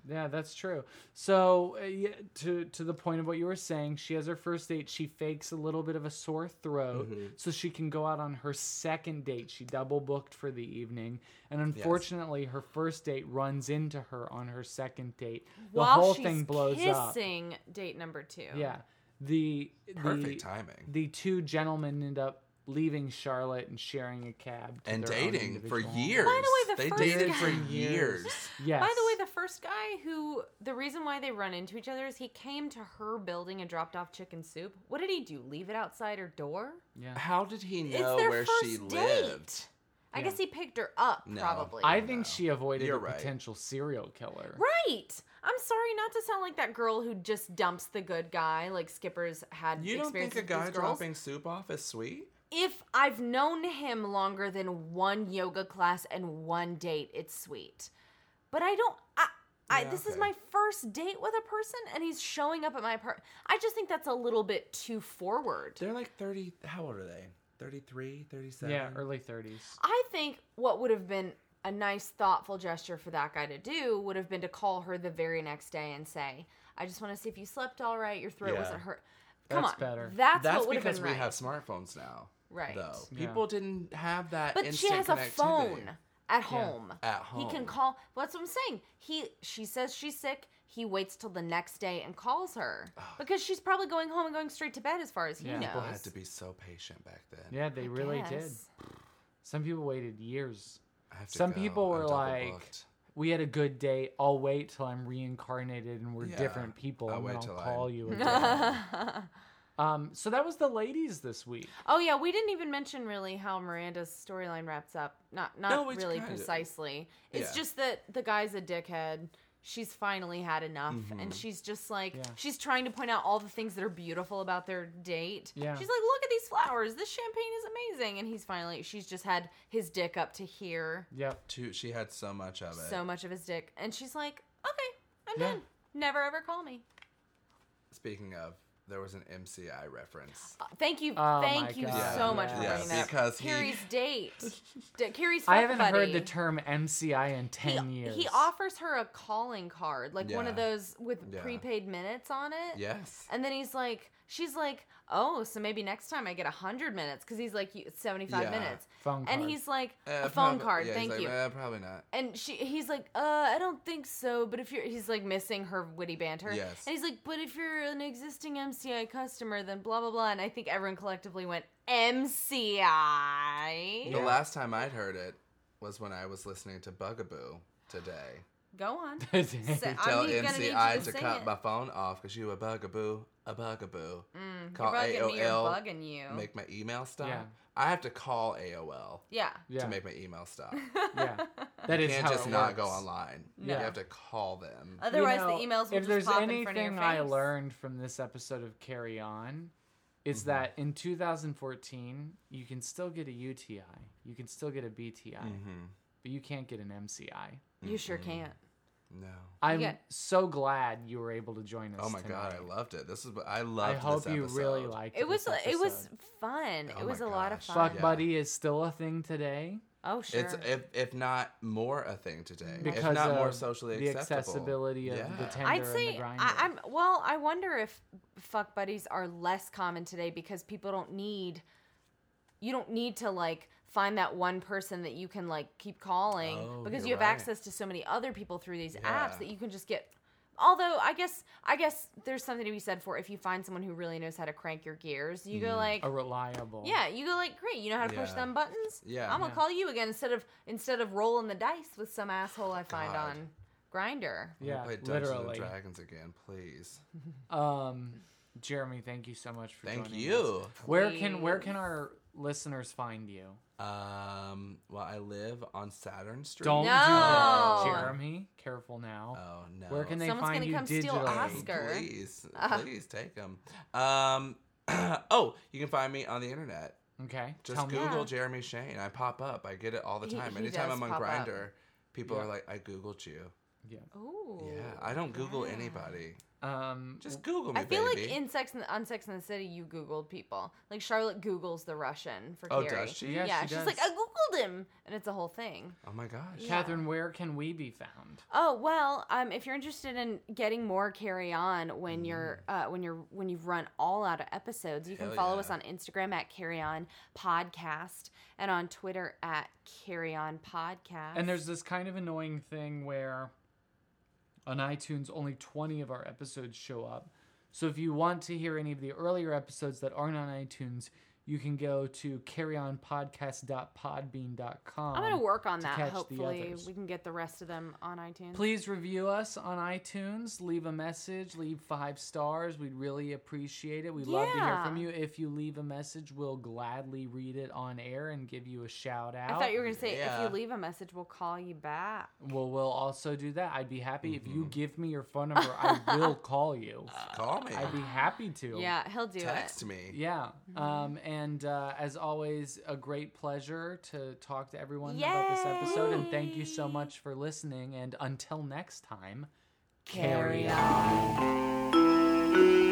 Speaker 1: Yeah, that's true. So, uh, yeah, to to the point of what you were saying, she has her first date. She fakes a little bit of a sore throat
Speaker 3: Mm-hmm.
Speaker 1: so she can go out on her second date. She double booked for the evening, and unfortunately, her first date runs into her on her second date. The
Speaker 2: While
Speaker 1: whole
Speaker 2: she's
Speaker 1: thing blows up.
Speaker 2: kissing date number two.
Speaker 1: Yeah, the the,
Speaker 3: Perfect timing.
Speaker 1: The two gentlemen end up leaving Charlotte and sharing a cab to
Speaker 3: And
Speaker 1: their own
Speaker 3: dating for
Speaker 1: individual homes.
Speaker 3: years.
Speaker 2: By the way, the
Speaker 3: they
Speaker 2: first
Speaker 3: dated
Speaker 2: guy-
Speaker 3: for
Speaker 1: Years.
Speaker 3: years.
Speaker 1: Yes.
Speaker 2: By the way, the first guy who the reason why they run into each other is he came to her building and dropped off chicken soup. What did he do? Leave it outside her door?
Speaker 1: Yeah.
Speaker 3: How did he
Speaker 2: It's
Speaker 3: know
Speaker 2: their
Speaker 3: where she
Speaker 2: first
Speaker 3: lived?
Speaker 2: date. I
Speaker 1: Yeah.
Speaker 2: guess he picked her up
Speaker 3: No.
Speaker 2: probably.
Speaker 1: I think she avoided
Speaker 3: You're
Speaker 1: a
Speaker 3: right.
Speaker 1: potential serial killer.
Speaker 2: Right. I'm sorry not to sound like that girl who just dumps the good guy like Skipper's had
Speaker 3: You don't think
Speaker 2: experience
Speaker 3: a
Speaker 2: with
Speaker 3: guy
Speaker 2: these girls.
Speaker 3: dropping soup off is sweet?
Speaker 2: If I've known him longer than one yoga class and one date, it's sweet. But I don't. I, I,
Speaker 3: Yeah,
Speaker 2: this is
Speaker 3: okay.
Speaker 2: my first date with a person, and he's showing up at my apartment. I just think that's a little bit too forward.
Speaker 3: They're like 30. How old are they? 33, 37?
Speaker 1: Yeah, early 30s.
Speaker 2: I think what would have been a nice, thoughtful gesture for that guy to do would have been to call her the very next day and say, "I just want to see if you slept all right. Your throat
Speaker 3: Yeah.
Speaker 2: wasn't hurt." Come
Speaker 1: That's
Speaker 2: on,
Speaker 1: better.
Speaker 2: that's, what would have
Speaker 3: because
Speaker 2: been
Speaker 3: we
Speaker 2: right.
Speaker 3: have smartphones now.
Speaker 2: Right.
Speaker 3: Though
Speaker 1: Yeah.
Speaker 3: people didn't have that.
Speaker 2: but she
Speaker 3: instant
Speaker 2: has a
Speaker 3: connectivity.
Speaker 2: phone at home.
Speaker 3: At
Speaker 2: He can
Speaker 3: home.
Speaker 2: call. That's what I'm saying. He she says she's sick. He waits till the next day and calls her because she's probably going home and going straight to bed as far as he
Speaker 1: Yeah.
Speaker 2: knows.
Speaker 3: People had to be so patient back then.
Speaker 1: Yeah, they really did.
Speaker 2: guess.
Speaker 1: Some people waited years.
Speaker 3: have to
Speaker 1: Some
Speaker 3: go.
Speaker 1: people
Speaker 3: I'm
Speaker 1: were
Speaker 3: double
Speaker 1: like,
Speaker 3: booked.
Speaker 1: "We had a good day. I'll wait till I'm reincarnated and we're
Speaker 3: Yeah.
Speaker 1: different people,
Speaker 3: I'll
Speaker 1: and then
Speaker 3: wait
Speaker 1: I'll
Speaker 3: till
Speaker 1: call
Speaker 3: I'm-
Speaker 1: you again." Um, so that was the ladies this week.
Speaker 2: Oh yeah, we didn't even mention really how Miranda's storyline wraps up. Not not
Speaker 1: No, it's
Speaker 2: really
Speaker 1: kind of-
Speaker 2: precisely. It's
Speaker 1: Yeah.
Speaker 2: just that the guy's a dickhead. She's finally had enough, and
Speaker 1: Mhm.
Speaker 2: she's just like
Speaker 1: Yeah.
Speaker 2: she's trying to point out all the things that are beautiful about their date.
Speaker 1: Yeah.
Speaker 2: She's like, look at these flowers. This champagne is amazing, and he's finally she's just had his dick up to here,
Speaker 1: Yep.
Speaker 3: Too, she had so much of it.
Speaker 2: so much of his dick, and she's like, okay, I'm
Speaker 3: Yeah.
Speaker 2: done. Never ever call me.
Speaker 3: Speaking of, there was an MCI reference.
Speaker 2: Uh, Thank you,
Speaker 1: Oh
Speaker 2: thank
Speaker 1: my
Speaker 2: you
Speaker 1: God.
Speaker 2: so much for
Speaker 3: Yes,
Speaker 2: bringing that.
Speaker 3: because he-
Speaker 2: Carrie's date, D- Carrie's.
Speaker 1: I
Speaker 2: fuck
Speaker 1: haven't
Speaker 2: buddy.
Speaker 1: heard the term MCI in ten years.
Speaker 2: He offers her a calling card, like one of
Speaker 1: Yeah.
Speaker 2: those with
Speaker 1: Yeah.
Speaker 2: prepaid minutes on it.
Speaker 1: Yes.
Speaker 2: And then he's like, she's like, oh, so maybe next time I get hundred minutes because he's like, you- it's seventy-five
Speaker 3: Yeah.
Speaker 2: minutes.
Speaker 3: Phone
Speaker 2: And
Speaker 3: card.
Speaker 2: he's like,
Speaker 3: Eh,
Speaker 2: a phone
Speaker 3: prob-
Speaker 2: card.
Speaker 3: yeah, he's
Speaker 2: thank
Speaker 3: like,
Speaker 2: you.
Speaker 3: "Eh, probably not.
Speaker 2: And she, he's like, uh, I don't think so. But if you're, he's like missing her witty banter.
Speaker 3: Yes.
Speaker 2: And he's like, but if you're an existing MCI customer, then blah blah blah. And I think everyone collectively went MCI.
Speaker 3: The last time I'd heard it was when I was listening to Bugaboo today.
Speaker 2: Go on.
Speaker 3: You
Speaker 2: Say- I'm
Speaker 3: tell
Speaker 2: gonna need you
Speaker 3: MCI to
Speaker 2: sing
Speaker 3: cut
Speaker 2: it.
Speaker 3: my phone off because you a bugaboo, a bugaboo.
Speaker 2: Mm, you're bugging me, you're bugging you.
Speaker 3: oh, Make my email stop.
Speaker 1: Yeah.
Speaker 3: I have to call AOL.
Speaker 2: Yeah.
Speaker 1: Yeah.
Speaker 3: To make my email stop.
Speaker 1: yeah, that
Speaker 3: you
Speaker 1: is
Speaker 3: can't
Speaker 1: how
Speaker 3: just
Speaker 1: it
Speaker 3: not go
Speaker 1: works.
Speaker 3: online.
Speaker 1: Yeah.
Speaker 3: You have to call them.
Speaker 2: Otherwise, the emails will
Speaker 1: if
Speaker 2: just
Speaker 1: there's
Speaker 2: pop in front of
Speaker 1: anything
Speaker 2: your
Speaker 1: I
Speaker 2: face.
Speaker 1: learned from this episode of Carry On, is
Speaker 3: Mm-hmm.
Speaker 1: that in 2014 you can still get a UTI, you can still get a BTI,
Speaker 3: Mm-hmm.
Speaker 1: but you can't get an MCI.
Speaker 2: You sure can't.
Speaker 3: No.
Speaker 1: I'm
Speaker 2: Yeah.
Speaker 1: so glad you were able to join us.
Speaker 3: Oh my god, I
Speaker 1: tonight.
Speaker 3: loved it. This is what I
Speaker 1: I
Speaker 3: loved.
Speaker 1: hope
Speaker 3: this
Speaker 1: you really
Speaker 3: episode.
Speaker 1: liked
Speaker 2: It was
Speaker 1: This
Speaker 2: it was
Speaker 1: episode.
Speaker 2: fun.
Speaker 3: Oh
Speaker 2: it was a
Speaker 3: my
Speaker 2: lot of
Speaker 3: gosh,
Speaker 2: fun.
Speaker 1: Fuck
Speaker 3: Yeah.
Speaker 1: buddy is still a thing today.
Speaker 2: Oh sure.
Speaker 3: It's if if not more a thing today.
Speaker 1: Because
Speaker 3: if not more
Speaker 1: of
Speaker 3: socially
Speaker 1: the
Speaker 3: acceptable.
Speaker 1: accessibility of the Tinder
Speaker 2: I'd
Speaker 1: and the
Speaker 2: say
Speaker 1: Grindr.
Speaker 2: I, I'm well. I wonder if fuck buddies are less common today because people don't need. You don't need to like find that one person that you can like keep calling
Speaker 8: Oh,
Speaker 2: because
Speaker 8: you're
Speaker 2: you have
Speaker 8: right.
Speaker 2: access to so many other people through these
Speaker 8: Yeah.
Speaker 2: apps that you can just get. Although I guess I guess there's something to be said for if you find someone who really knows how to crank your gears, you go
Speaker 1: Mm.
Speaker 2: like
Speaker 1: a reliable.
Speaker 2: Yeah, you go like, great. You know how to push
Speaker 1: Yeah.
Speaker 2: them buttons.
Speaker 1: Yeah.
Speaker 2: I'm gonna
Speaker 1: Yeah.
Speaker 2: call you again instead of instead of rolling the dice with some asshole I find
Speaker 3: God.
Speaker 2: on Grinder.
Speaker 3: We'll
Speaker 1: Yeah,
Speaker 3: play Dungeons
Speaker 1: literally.
Speaker 3: and Dragons again, please.
Speaker 1: Um, Jeremy, thank you so much for
Speaker 3: Thank
Speaker 1: joining
Speaker 3: you.
Speaker 1: us. Where can where can our listeners find you?
Speaker 3: Um. Well, I live on Saturn Street.
Speaker 1: Don't do that, Jeremy. Careful now.
Speaker 3: Oh no.
Speaker 1: Where can they
Speaker 2: Someone's
Speaker 1: find
Speaker 2: gonna
Speaker 1: you
Speaker 2: come
Speaker 1: digitally?
Speaker 2: steal Oscar.
Speaker 3: Please,
Speaker 2: Uh.
Speaker 3: please take them. Um. oh, you can find me on the internet.
Speaker 1: Okay.
Speaker 3: Just
Speaker 1: tell me.
Speaker 3: Google Jeremy Shane. I pop up. I get it all the
Speaker 1: He-
Speaker 3: time.
Speaker 1: he
Speaker 3: Anytime
Speaker 1: does
Speaker 3: I'm on
Speaker 1: pop up.
Speaker 3: Grinder, people
Speaker 1: Yeah.
Speaker 3: are like, "I googled you."
Speaker 1: Yeah.
Speaker 2: Ooh.
Speaker 3: Yeah. I don't Google anybody.
Speaker 1: Um.
Speaker 3: Just Google me,
Speaker 2: I feel
Speaker 3: baby.
Speaker 2: like in Sex and on Sex and the City, you Googled people. Like Charlotte Googles the Russian for
Speaker 3: Oh,
Speaker 2: Carrie.
Speaker 3: does she?
Speaker 2: Yeah,
Speaker 3: Yeah, she
Speaker 2: she's
Speaker 3: does.
Speaker 2: like, I Googled him, and it's a whole thing.
Speaker 3: oh my gosh.
Speaker 2: Yeah.
Speaker 1: Catherine, where can we be found?
Speaker 2: Oh well, um, if you're interested in getting more carry on when you're uh, when you're when you've run all out of episodes, you can
Speaker 8: Hell
Speaker 2: follow
Speaker 8: yeah.
Speaker 2: us on Instagram at Carry On Podcast and on Twitter at Carry On Podcast.
Speaker 1: And there's this kind of annoying thing where on iTunes only 20 of our episodes show up. So if you want to hear any of the earlier episodes that aren't on iTunes, you can go to carryonpodcast.podbean.com.
Speaker 2: I'm gonna work on
Speaker 1: to
Speaker 2: that.
Speaker 1: catch the
Speaker 2: Hopefully,
Speaker 1: others.
Speaker 2: we can get the rest of them on iTunes.
Speaker 1: Please review us on iTunes. Leave a message. Leave five stars. We'd really appreciate it. We'd love to hear
Speaker 2: Yeah.
Speaker 1: from you. If you leave a message, we'll gladly read it on air and give you a shout out.
Speaker 2: I thought you were gonna say
Speaker 1: Yeah.
Speaker 2: if you leave a message, we'll call you back.
Speaker 1: Well, we'll also do that. I'd be happy if you give me your phone number. I will call you.
Speaker 3: Call me.
Speaker 1: I'd be happy to.
Speaker 2: Yeah, Mm-hmm. he'll do
Speaker 3: Text
Speaker 2: it.
Speaker 3: me.
Speaker 1: Yeah. Um, and uh, as always, a great pleasure to talk to everyone about this episode. And thank you so much for listening. And until next time,
Speaker 2: Carry
Speaker 1: on.